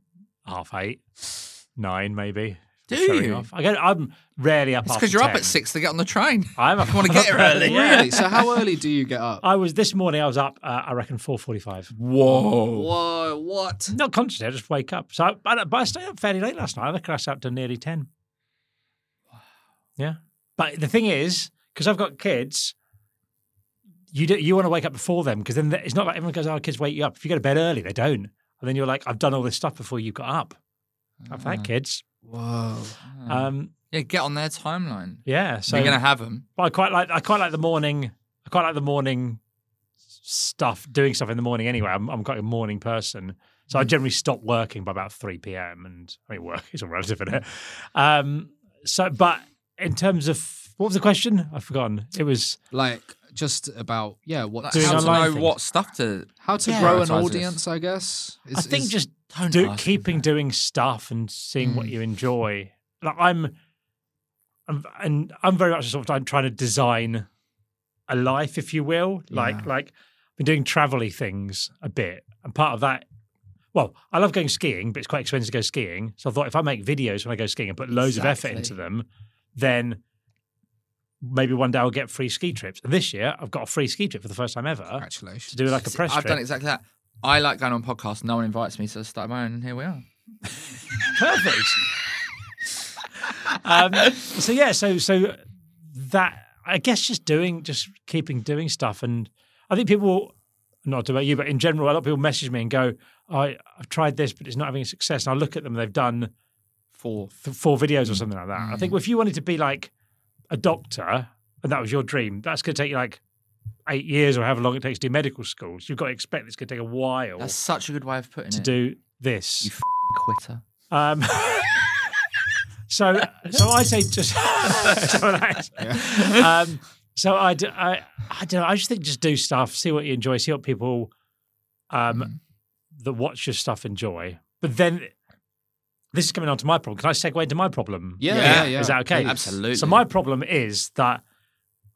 C: half eight, nine maybe."
B: Do
C: showing
B: you?
C: off. I get, I'm rarely up.
B: It's
C: after
B: because you're up
C: 10.
B: at six to get on the train.
C: I'm up.
B: You
C: [LAUGHS]
B: wanna get
C: up
B: early.
C: yeah.
A: Really? So how
B: uh
A: early do you get up?
C: I was this morning. I was up. Uh, I reckon four forty-five.
B: Whoa.
A: Whoa! What?
C: Not conscious. I just wake up. So, I, but, but I stayed up fairly late last night. I reckon I stayed up to nearly ten. Yeah, but the thing is, because I've got kids, you do, you want to wake up before them because then the- it's not like everyone goes, "Oh, kids wake you up." If you go to bed early, they don't, and then you're like, "I've done all this stuff before you got up." I've had kids.
A: Whoa!
C: Um,
B: Yeah, get on their timeline.
C: yeah, so
B: You're Mm. gonna have them.
C: But I quite like I quite like the morning. I quite like the morning stuff. Doing stuff in the morning anyway. I'm, I'm quite a morning person, so I
A: Mm.
C: generally stop working by about three p.m. And I mean, work is all relative, isn't it? Um, so, but in terms of what was the question? I've forgotten. It was
A: Like just about yeah. What?
B: Like,
C: Doing
B: how to
C: online
B: know
C: things.
B: what stuff to.
A: how to
B: Yeah.
A: grow an
B: Prioritises.
A: audience? I guess.
C: I
A: Is-
C: think
A: is-
C: just
B: Don't
C: do,
B: ask me
C: keeping doing stuff and seeing
B: Hmm.
C: what you enjoy. Like I'm, I'm, and I'm very much sort of like trying to design a life, if you will. Like, like I've been doing travelly things a bit, and part of that. Well, I love going skiing, but it's quite expensive to go skiing. So I thought if I make videos when I go skiing and put loads of effort
B: Exactly.
C: into them, then maybe one day I'll get free ski trips. And this year I've got a free ski trip for the first time ever to
A: congratulations.
C: do like a
B: See,
C: press
B: I've
C: trip.
B: done exactly that. I like going on podcasts. No one invites me, so I start my own, and here we are.
C: perfect.
B: [LAUGHS]
C: um, so yeah, so so that I guess just doing, just keeping doing stuff, and I think people, not about you, but in general, a lot of people message me and go, I, "I've tried this, but it's not having success." And I look at them; they've done
B: Four.
C: th- four videos or something like that. I
B: Mm.
C: think if you wanted to be like a doctor and that was your dream, that's going to take you like eight years or however long it takes to do medical school. So you've got to expect it's going to take a while
B: That's such a good way of putting
C: to
B: it.
C: do this.
B: You f- quitter.
C: Um, [LAUGHS] so, so I say just. [LAUGHS] so nice. um, so I, d- I, I don't know. I just think just do stuff, see what you enjoy, see what people um,
A: Mm-hmm.
C: that watch your stuff enjoy. But then this is coming on to my problem. Can I segue into my problem?
A: Yeah, yeah, yeah.
C: Is that okay?
A: Please.
B: Absolutely.
C: So my problem is that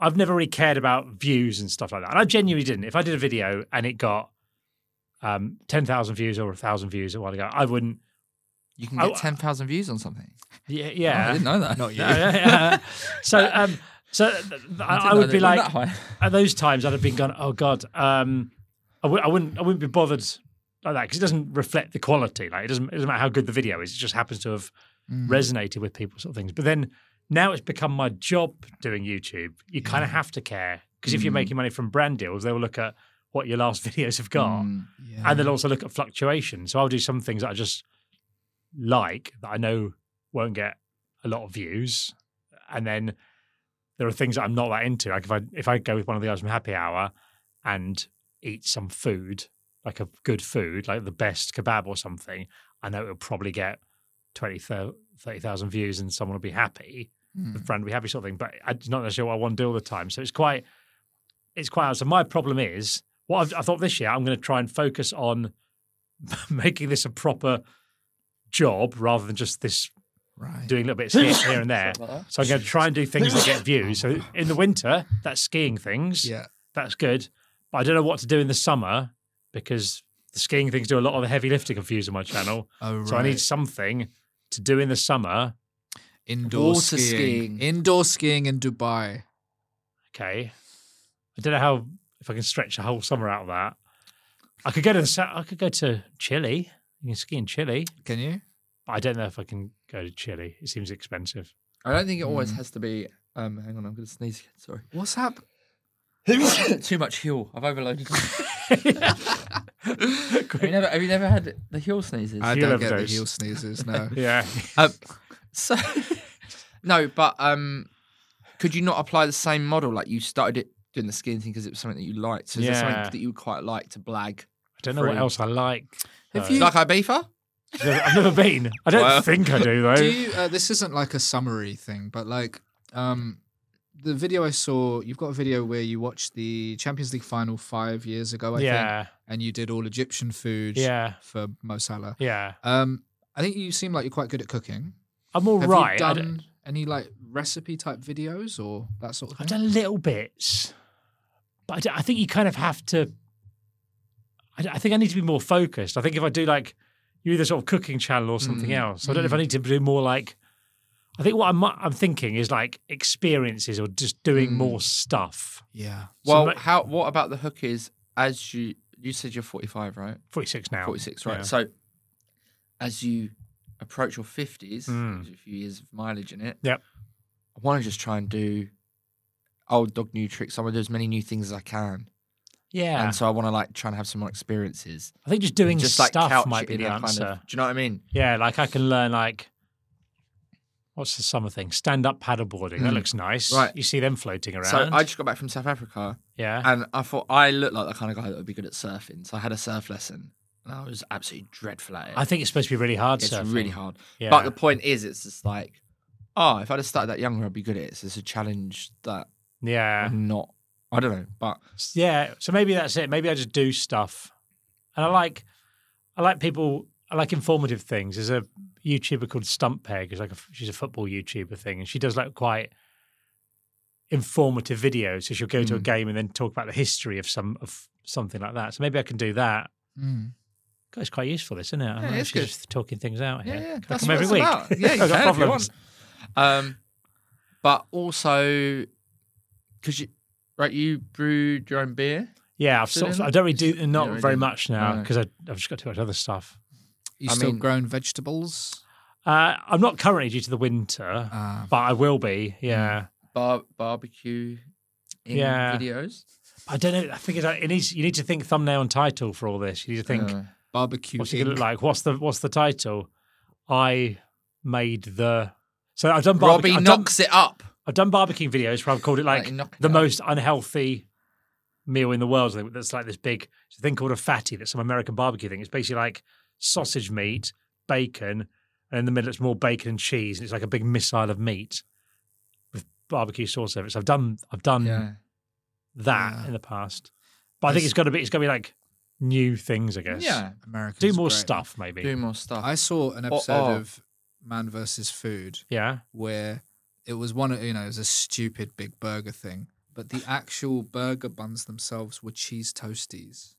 C: I've never really cared about views and stuff like that. And I genuinely didn't. If I did a video and it got um, 10,000 views or 1,000 views a while ago, I wouldn't.
B: You can get
C: Oh,
B: ten thousand views on something.
C: Yeah.
B: Oh, I
C: [LAUGHS] yeah.
B: didn't know that. [LAUGHS] Not
C: Yeah, yeah, yeah.
B: [LAUGHS]
C: so, um, so th- th- I, I would be like, at those times, I'd have been gone. Oh God, um, I w- I wouldn't, I wouldn't be bothered like that because it doesn't reflect the quality. Like it doesn't, it doesn't matter how good the video is. It just happens to have
B: Mm.
C: resonated with people, sort of things. But then now it's become my job doing YouTube. You kind of have to care because if you're
B: Mm.
C: making money from brand deals, they will look at what your last [LAUGHS] videos have got and they'll also look at fluctuation. So I'll do some things that I just like that I know won't get a lot of views, and then there are things that I'm not that into. Like if I if I go with one of the guys from Happy Hour and eat some food, like a good food, like the best kebab or something, I know it'll probably get 20, 30,000 views, and someone will be happy. The brand will be happy, sort of thing. But it's not necessarily what I want to do all the time. So it's quite it's quite hard. So my problem is what I've, I thought this year I'm going to try and focus on [LAUGHS] making this a proper job rather than just this
A: Right.
C: doing little bits here, here
A: [LAUGHS]
C: and there. So I'm going to try and do things that get views. So in the winter, that's skiing things.
A: Yeah.
C: that's good. But I don't know what to do in the summer because the skiing things do a lot of the heavy lifting of views on my channel.
A: Oh, right.
C: So I need something to do in the summer.
A: indoor
B: Water skiing.
A: skiing. Indoor skiing in Dubai.
C: Okay, I don't know how if I can stretch a whole summer out of that. I could go to the sa- I could go to Chile. You can ski in Chile.
A: Can you?
C: But I don't know if I can go to Chile. It seems expensive.
B: I don't think it
C: Mm.
B: always has to be. Um, hang on, I'm going to sneeze again. Sorry.
A: What's up?
B: [LAUGHS]
C: [LAUGHS]
B: Too much heel. I've overloaded. have, you never, have you never had the heel sneezes?
A: I
C: Heel
A: don't get the
C: overdose.
A: heel sneezes.
C: [LAUGHS]
A: No.
C: Yeah.
B: Um, [LAUGHS] so, no, but um, could you not apply the same model? Like you started it doing the skin thing because it was something that you liked. So is there
C: Yeah.
B: something that you would quite like to blag?
C: I don't know what
B: Fruit.
C: else I like.
A: Have
C: though.
A: you-
B: Like Ibiza?
C: I've never- I've never been. I don't
B: Well-
C: think I do though.
A: Do you? Uh, this isn't like a summary thing, but like, um, the video I saw, you've got a video where you watched the Champions League final five years ago, I think,
C: yeah,
A: and you did all Egyptian food
C: yeah,
A: for Mo Salah.
C: yeah.
A: Um, I think you seem like you're quite good at cooking.
C: I'm all
A: Have
C: right.
A: you
C: I
A: done any like recipe type videos or that sort of
C: I've
A: thing?
C: done little bits, but I, d- I think you kind of have to. I, d- I think I need to be more focused. I think if I do like, you're either sort of cooking channel or something
A: Mm,
C: else. I don't know if I need to do more like. I think what I'm, I'm thinking is like experiences or just doing
A: Mm.
C: more stuff.
A: Yeah.
C: So
B: Well,
C: like-
B: how? What about the hookers? As you you said, you're 45, right?
C: 46 now.
B: 46, right?
C: Yeah.
B: So, as you approach your 50s,
C: Mm.
B: there's a few years of mileage in it.
C: Yep.
B: I want to just try and do old dog new tricks. I want to do as many new things as I can,
C: Yeah.
B: and so I want to like try and have some more experiences.
C: I think just doing
B: just like
C: stuff
B: couch
C: might
B: it
C: be
B: in
C: the
B: a kind of-
C: answer.
B: do you know what I mean?
C: Yeah, like I can learn like what's the summer thing? Stand up paddleboarding. That
B: Mm.
C: looks nice.
B: Right.
C: You see them floating around.
B: So I just got back from South Africa,
C: yeah.
B: and I thought I looked like the kind of guy that would be good at surfing. So I had a surf lesson, and I was absolutely dreadful at it.
C: I think it's supposed to be really hard.
B: it's
C: surfing.
B: really hard.
C: Yeah.
B: But the point is, it's just like, oh, if I'd have started that younger, I'd be good at it. So it's a challenge that
C: yeah.
B: I'm not. I don't know, but
C: Yeah. So maybe that's it. Maybe I just do stuff, and I like, I like people. I like informative things. There's a YouTuber called Stumppeg. Who's like a, she's a football YouTuber thing, and she does like quite informative videos. So she'll go to a
B: Mm.
C: game and then talk about the history of some of something like that. So maybe I can do that.
A: Mm.
C: God, it's quite useful, isn't it? I
B: Yeah,
C: know,
B: it's
C: she's
B: good.
C: just talking things out here.
B: yeah, yeah
C: Can I
B: that's
C: come
B: what
C: every
B: it's
C: week.
B: about. Yeah,
C: [LAUGHS] I've
B: you
C: got
B: can if you
C: problems.
B: want. Um, but also because you, right, you brewed your own beer.
C: Yeah, I've
B: Still
C: sort of,
B: doing
C: I
B: that?
C: don't really do
B: Just-
C: not
B: you don't
C: very
B: really-
C: much now
B: no.
C: because I've just got too much other stuff.
A: You
B: I
A: still
B: mean-
A: grown vegetables?
C: Uh, I'm not currently due to the winter,
B: Ah.
A: Uh,
C: but I will be.
B: Mm.
C: Yeah,
B: Bar- barbecue in
C: Yeah.
B: videos.
C: I don't know. I think it's, like- it needs you need to think thumbnail and title for all this. You need to think
B: Uh,
A: barbecue.
C: what's it going to
A: Inc.
C: look like? What's the what's the title? I made the. So I've done
B: Robbie
C: barbecue. I've, done,
B: knocks it up.
C: I've done barbecue videos where I've called it
B: Like,
C: like
B: you knock it
C: the
B: up.
C: most unhealthy meal in the world. something That's like this big it's a thing called a fatty. That's some American barbecue thing. It's basically like sausage meat, bacon, and in the middle it's more bacon and cheese, and it's like a big missile of meat with barbecue sauce over it. So I've done I've done
B: Yeah.
C: that
A: Yeah.
C: in the past, but I think
A: It's-
C: it's got to be it's got to be like new things, I guess.
B: Yeah.
A: Americans
C: do
A: are
C: more
A: great.
C: stuff maybe.
B: Do more stuff.
A: I saw an
B: Oh,
A: episode
B: oh.
A: of Man versus Food
C: yeah,
A: where it was one of you know it was a stupid big burger thing, but the actual burger buns themselves were cheese toasties.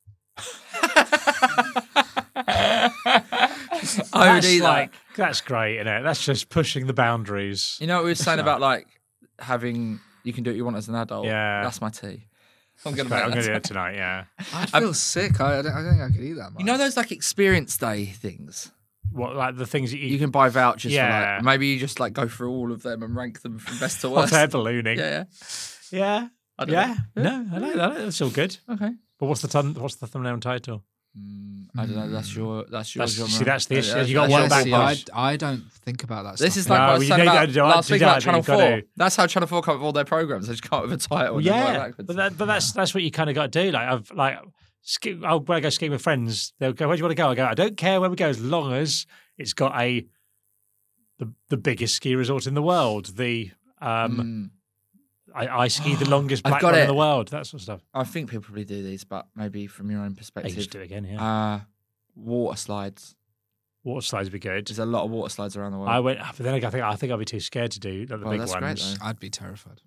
B: I would
C: that's
B: either.
C: like that's great, is it? That's just pushing the boundaries.
B: You know what we were saying about like having you can do what you want as an adult.
C: Yeah.
B: that's my tea. I'm gonna
C: But
B: make
C: I'm
B: that
C: going to do
B: tea. [LAUGHS]
C: it tonight. Yeah.
A: I'd feel sick. I, I, don't, I don't think I could eat that much.
B: Um, You know those like experience day things.
C: What like the things that you,
B: You
C: [LAUGHS]
B: can buy vouchers for
C: Yeah.
B: like maybe you just like go through all of them and rank them from best
C: [LAUGHS]
B: to
C: Hot
B: worst.
C: air
B: yeah,
C: ballooning.
B: yeah.
C: Yeah.
B: I don't
C: Yeah. No, I know that. That's all good.
B: Know. Okay.
C: But what's the ton, what's the thumbnail and title?
B: Mm, I don't know. That's your that's your
C: That's-
B: genre.
C: see, that's the
B: Yeah,
C: issue, you
A: Yeah,
B: that's
C: got one
B: your
C: back
A: see,
B: genre.
A: I,
C: pass.
A: I don't think about that.
B: This
A: stuff.
B: is like
C: No,
B: what I was
C: you
B: saying
C: need-
B: about
C: you know,
B: last
C: you
B: week
C: know,
B: about
C: but you've
B: Channel
C: got
B: Four.
C: to-
B: That's how Channel Four come up with all their programs. They just come up with a title. and then work
C: yeah.
B: backwards.
C: But, that, but
B: [LAUGHS]
C: that's that's what you kind of got to do. Like I've like ski, I'll, when I go skiing with friends, they'll go, "Where do you want to go?" I go, "I don't care where we go as long as it's got a the the biggest ski resort in the world. The
B: Mm.
C: um, I, I
B: [GASPS]
C: ski the longest
B: I've
C: black
B: got
C: run
B: it.
C: in the world. That sort of stuff.
B: I think people probably do these, but maybe from your own
C: I used
B: perspective.
C: to do it again. Yeah,
B: Uh, water slides.
C: water slides would be good.
B: There's a lot of water slides around the world.
C: I went, but then I think I think I'd be too scared to do like, the
B: Well,
C: big
B: that's great,
C: ones.
B: though.
A: I'd be terrified.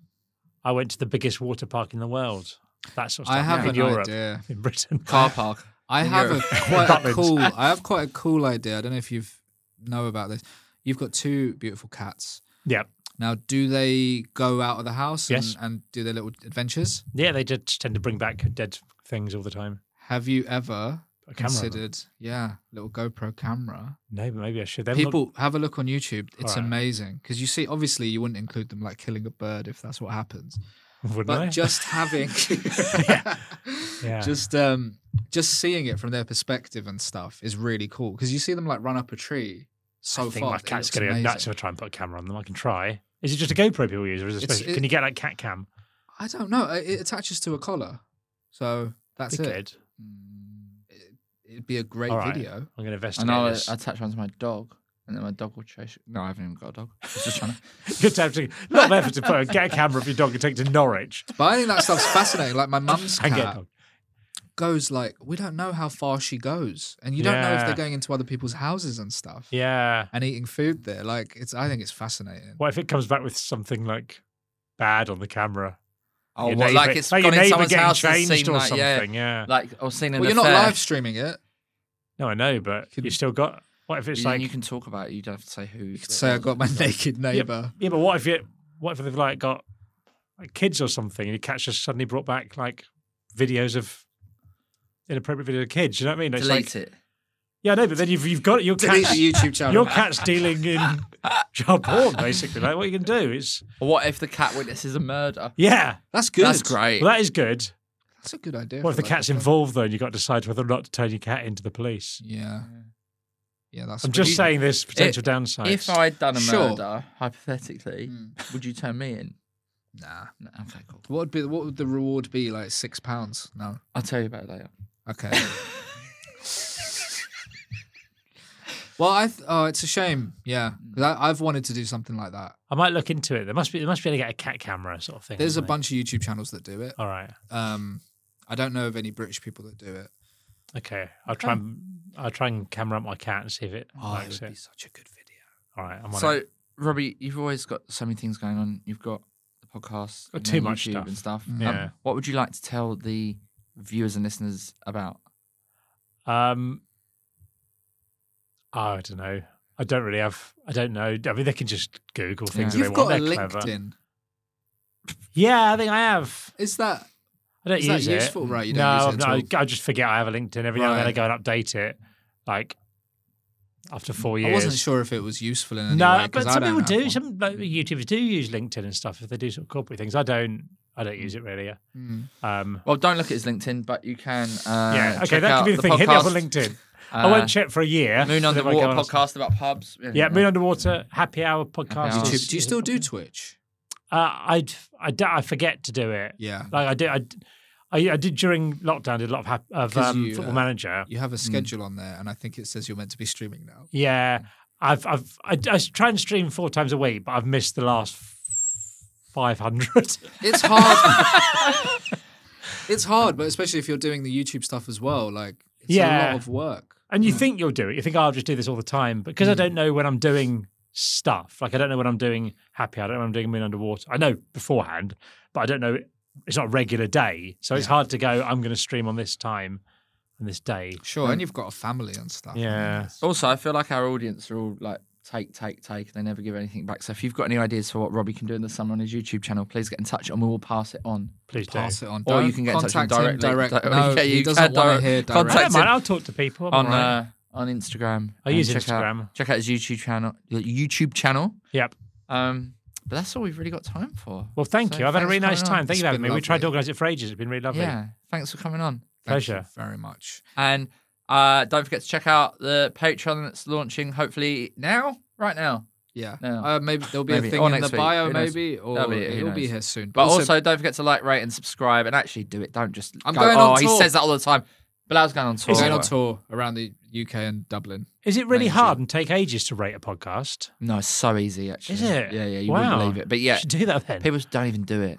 C: I went to the biggest water park in the world. That sort of stuff.
A: I have
B: yeah.
C: in
A: an
C: Europe,
A: idea.
C: in Britain. [LAUGHS]
B: Car park.
A: I
B: in
A: have
B: Europe.
A: a quite a
C: Butlins.
A: cool. I have quite a cool idea. I don't know if you've know about this. You've got two beautiful cats.
C: Yeah,
A: Now, do they go out of the house and,
C: Yes.
A: and do their little adventures?
C: yeah, they just tend to bring back dead things all the time.
A: Have you ever
C: A camera.
A: considered, yeah, little GoPro camera?
C: No, but maybe I should. They haven't
A: People have a look on YouTube. It's
C: Alright.
A: amazing because you see, obviously, you wouldn't include them like killing a bird if that's what happens,
C: got- wouldn't
A: but
C: they?
A: just having,
C: [LAUGHS]
A: [LAUGHS]
C: yeah.
A: just um, just seeing it from their perspective and stuff is really cool because you see them like run up a tree. So
C: I think
A: far,
C: my
A: that it
C: cat's
A: looks
C: going to go
A: amazing.
C: nuts if I try and put a camera on them. I can try. Is it just a GoPro people use, or is it,
A: It's-
C: special? Can
A: it-
C: you get like cat cam?
A: I don't know. It it attaches to a collar, so that's
C: Be
A: it.
C: good.
A: It'd be a great
C: All right.
A: video.
C: I'm going to
B: And
C: investigate
B: I'll
C: this. [LAUGHS]
B: attach one to my dog. And then my dog will chase. No, I haven't even got a dog. I was just trying to.
C: Good to have to, a lot of effort
A: [LAUGHS]
C: to put get a camera of your dog and take to Norwich
A: But I think that stuff's fascinating. Like my
C: [LAUGHS]
A: mum's
C: and get a
A: cat
C: dog.
A: goes like we don't know how far she goes, and you don't know if
C: Yeah.
A: they're going into other people's houses and stuff
C: Yeah.
A: and eating food there. Like it's, I think it's fascinating.
C: What if it comes back with something like bad on the camera?
B: [LAUGHS] Oh,
C: Your
B: what,
C: neighbour-
B: like it's
C: like your
B: gone in
C: neighbour
B: someone's
C: getting
B: house and
C: changed
B: seen,
C: or
B: like,
C: something, yeah.
B: Like I was seen in
A: Well,
B: the
A: you're not
B: fair,
A: live streaming it.
C: No, I know, but
A: Could-
C: you still got. What if it's
B: and
C: like?
B: you can talk about it. You don't have to say who.
A: You could say I got my naked neighbor.
C: yeah, but what if you? What if they've like got like kids or something, and your cat's just suddenly brought back like videos of inappropriate video of kids? You know what I mean? It's
B: Delete
C: like,
B: it.
C: Yeah, no, but then you've you've got your
A: Delete
C: cat's
A: the YouTube channel.
C: your cat's dealing in
A: [LAUGHS]
C: child porn, basically. Like what you can do is
B: Or what if the cat witnesses a murder?
C: yeah,
A: That's good.
B: That's great.
C: well, that is good.
A: That's a good idea.
C: What if
A: for that
C: the cat's
A: stuff.
C: involved though, and you've got to decide whether or not to turn your cat into the police?
A: Yeah. Yeah, that's
C: I'm
A: pretty-
C: just saying there's potential downsides.
B: if I'd done a
A: Sure.
B: murder, hypothetically, would you turn me in?
A: Nah.
B: No, okay, cool.
A: What would be what would the reward be? Like six pounds? No.
B: I'll tell you about it later.
C: [LAUGHS]
A: Okay. well, I th- oh, it's a shame. Yeah,
C: Mm.
A: 'Cause I, I've wanted to do something like that.
C: I might look into it. There must be there must be able to get a cat camera sort of thing.
A: There's a
C: isn't there?
A: bunch of YouTube channels that do it.
C: All right.
A: Um, I don't know of any British people that do it.
C: Okay. I'll try and I'll try and camera up my cat and see if it
A: Oh, it
C: likes
A: would be
C: it.
A: such a good video.
C: All right. I'm on
B: So,
C: it.
B: Robbie, you've always got so many things going on. You've got the podcast,
C: Got
B: and
C: too
B: then
C: much
B: YouTube
C: stuff.
B: and stuff. Um,
C: Yeah.
B: what would you like to tell the viewers and listeners about?
C: Um. I don't know. I don't really have. I don't know. I mean, they can just Google things
B: Yeah.
C: if
A: You've
C: they want.
A: got a
C: They're
A: LinkedIn.
C: clever. Yeah, I think I have.
A: Is that
C: I don't
A: Is that
C: use
A: useful,
C: it.
A: right? You
C: no,
A: don't use it at
C: no. I just forget I have a LinkedIn. Every now and then I
A: Right.
C: go and update it, like after four years.
A: Mm, I wasn't sure if it was useful in any
C: no,
A: way. 'cause
C: but
A: I
C: some
A: don't
C: people
A: have
C: do.
A: one.
C: Some like, YouTubers do use LinkedIn and stuff if they do sort of corporate things. I don't. I don't use it really.
A: Hmm.
C: Um,
B: Well, don't look at his LinkedIn, but you can. Uh,
C: yeah. Okay,
B: check
C: that
B: out
C: could be the, thing. Hit me up on
B: podcast,
C: LinkedIn. I
B: uh,
C: won't check for a year.
B: Moon
C: but then I
B: Underwater
C: go on-
B: podcast about pubs.
C: Yeah, Moon Underwater Happy Hour podcast.
B: Happy
A: YouTube. Do you still do Twitch?
C: Uh, I'd, I, d- I forget to do it.
A: Yeah.
C: Like I did. I, d- I- I did during lockdown. Did a lot of, hap- of
A: 'Cause
C: um,
A: you,
C: Football
A: uh,
C: Manager.
A: You
B: Mm.
A: have a schedule on there, and I think it says you're meant to be streaming now.
C: Yeah, I've I've I, I try and stream four times a week, but I've missed the last five hundred.
A: It's hard. [LAUGHS] it's hard, but especially if you're doing the YouTube stuff as well, like it's a
C: Yeah.
A: lot of work.
C: And you think you'll do it. You think "Oh, I'll just do this all the time because I don't know when I'm doing stuff. Like I don't know when I'm doing happy. I don't know when I'm doing moon underwater. I know beforehand, but I don't know. It's not a regular day, so it's hard to go. I'm going to stream on this time and this day.
A: Sure, and you've got a family and stuff.
C: Yeah.
B: Also, I feel like our audience are all like take, take, take, and they never give anything back. So if you've got any ideas for what Robbie can do in the summer on his YouTube channel, please get in touch and we will pass it on.
C: Please do.
A: Pass it on.
B: Or you
A: Don't
B: can get in touch
A: contact
B: with him
A: him
B: directly.
A: direct.
B: Don't-
A: No,
B: yeah,
A: he
B: you
A: doesn't
B: can
A: want to
B: direct-
A: hear
C: I don't
A: direct.
B: [LAUGHS] contact-
C: mind. I'll talk to people I'm
B: on
C: all right.
B: uh, on Instagram.
C: I
B: and
C: use
B: check
C: Instagram.
B: Out, check out his YouTube channel. Your YouTube channel.
C: Yep.
B: Um, but that's all we've really got time for.
C: Well, thank
B: So Oh,
C: you. I've had a
B: thanks
C: really
B: for
C: nice
B: coming on.
C: time. Thank you
A: It's
C: for having me.
A: been
C: We tried to
A: lovely.
C: organise it for ages. It's been really lovely.
B: Yeah, thanks for coming on.
A: Thank you
C: Pleasure.
A: very much.
B: And uh, don't forget to check out the Patreon that's launching hopefully now, right now.
A: Yeah.
B: No.
A: Uh, maybe there'll be
B: Maybe.
A: a thing
B: Or
A: in the
B: next week.
A: bio,
B: Who knows?
A: maybe, or
B: That'll be it. Who
A: it'll be
B: knows?
A: here soon.
B: But also, don't forget to like, rate, and subscribe, and actually do it. Don't just
A: I'm
B: go,
A: going
B: oh,
A: on
B: he
A: tour."
B: says that all the time. Bilal's going on tour.
A: we're going on tour around the UK and Dublin.
C: Is it really
B: Amazing.
C: hard and take ages to rate a podcast?
B: No, it's so easy, actually.
C: Is it?
B: Yeah, yeah, you
C: Wow.
B: wouldn't believe it. But yeah,
C: Should do that then.
B: people just don't even do it.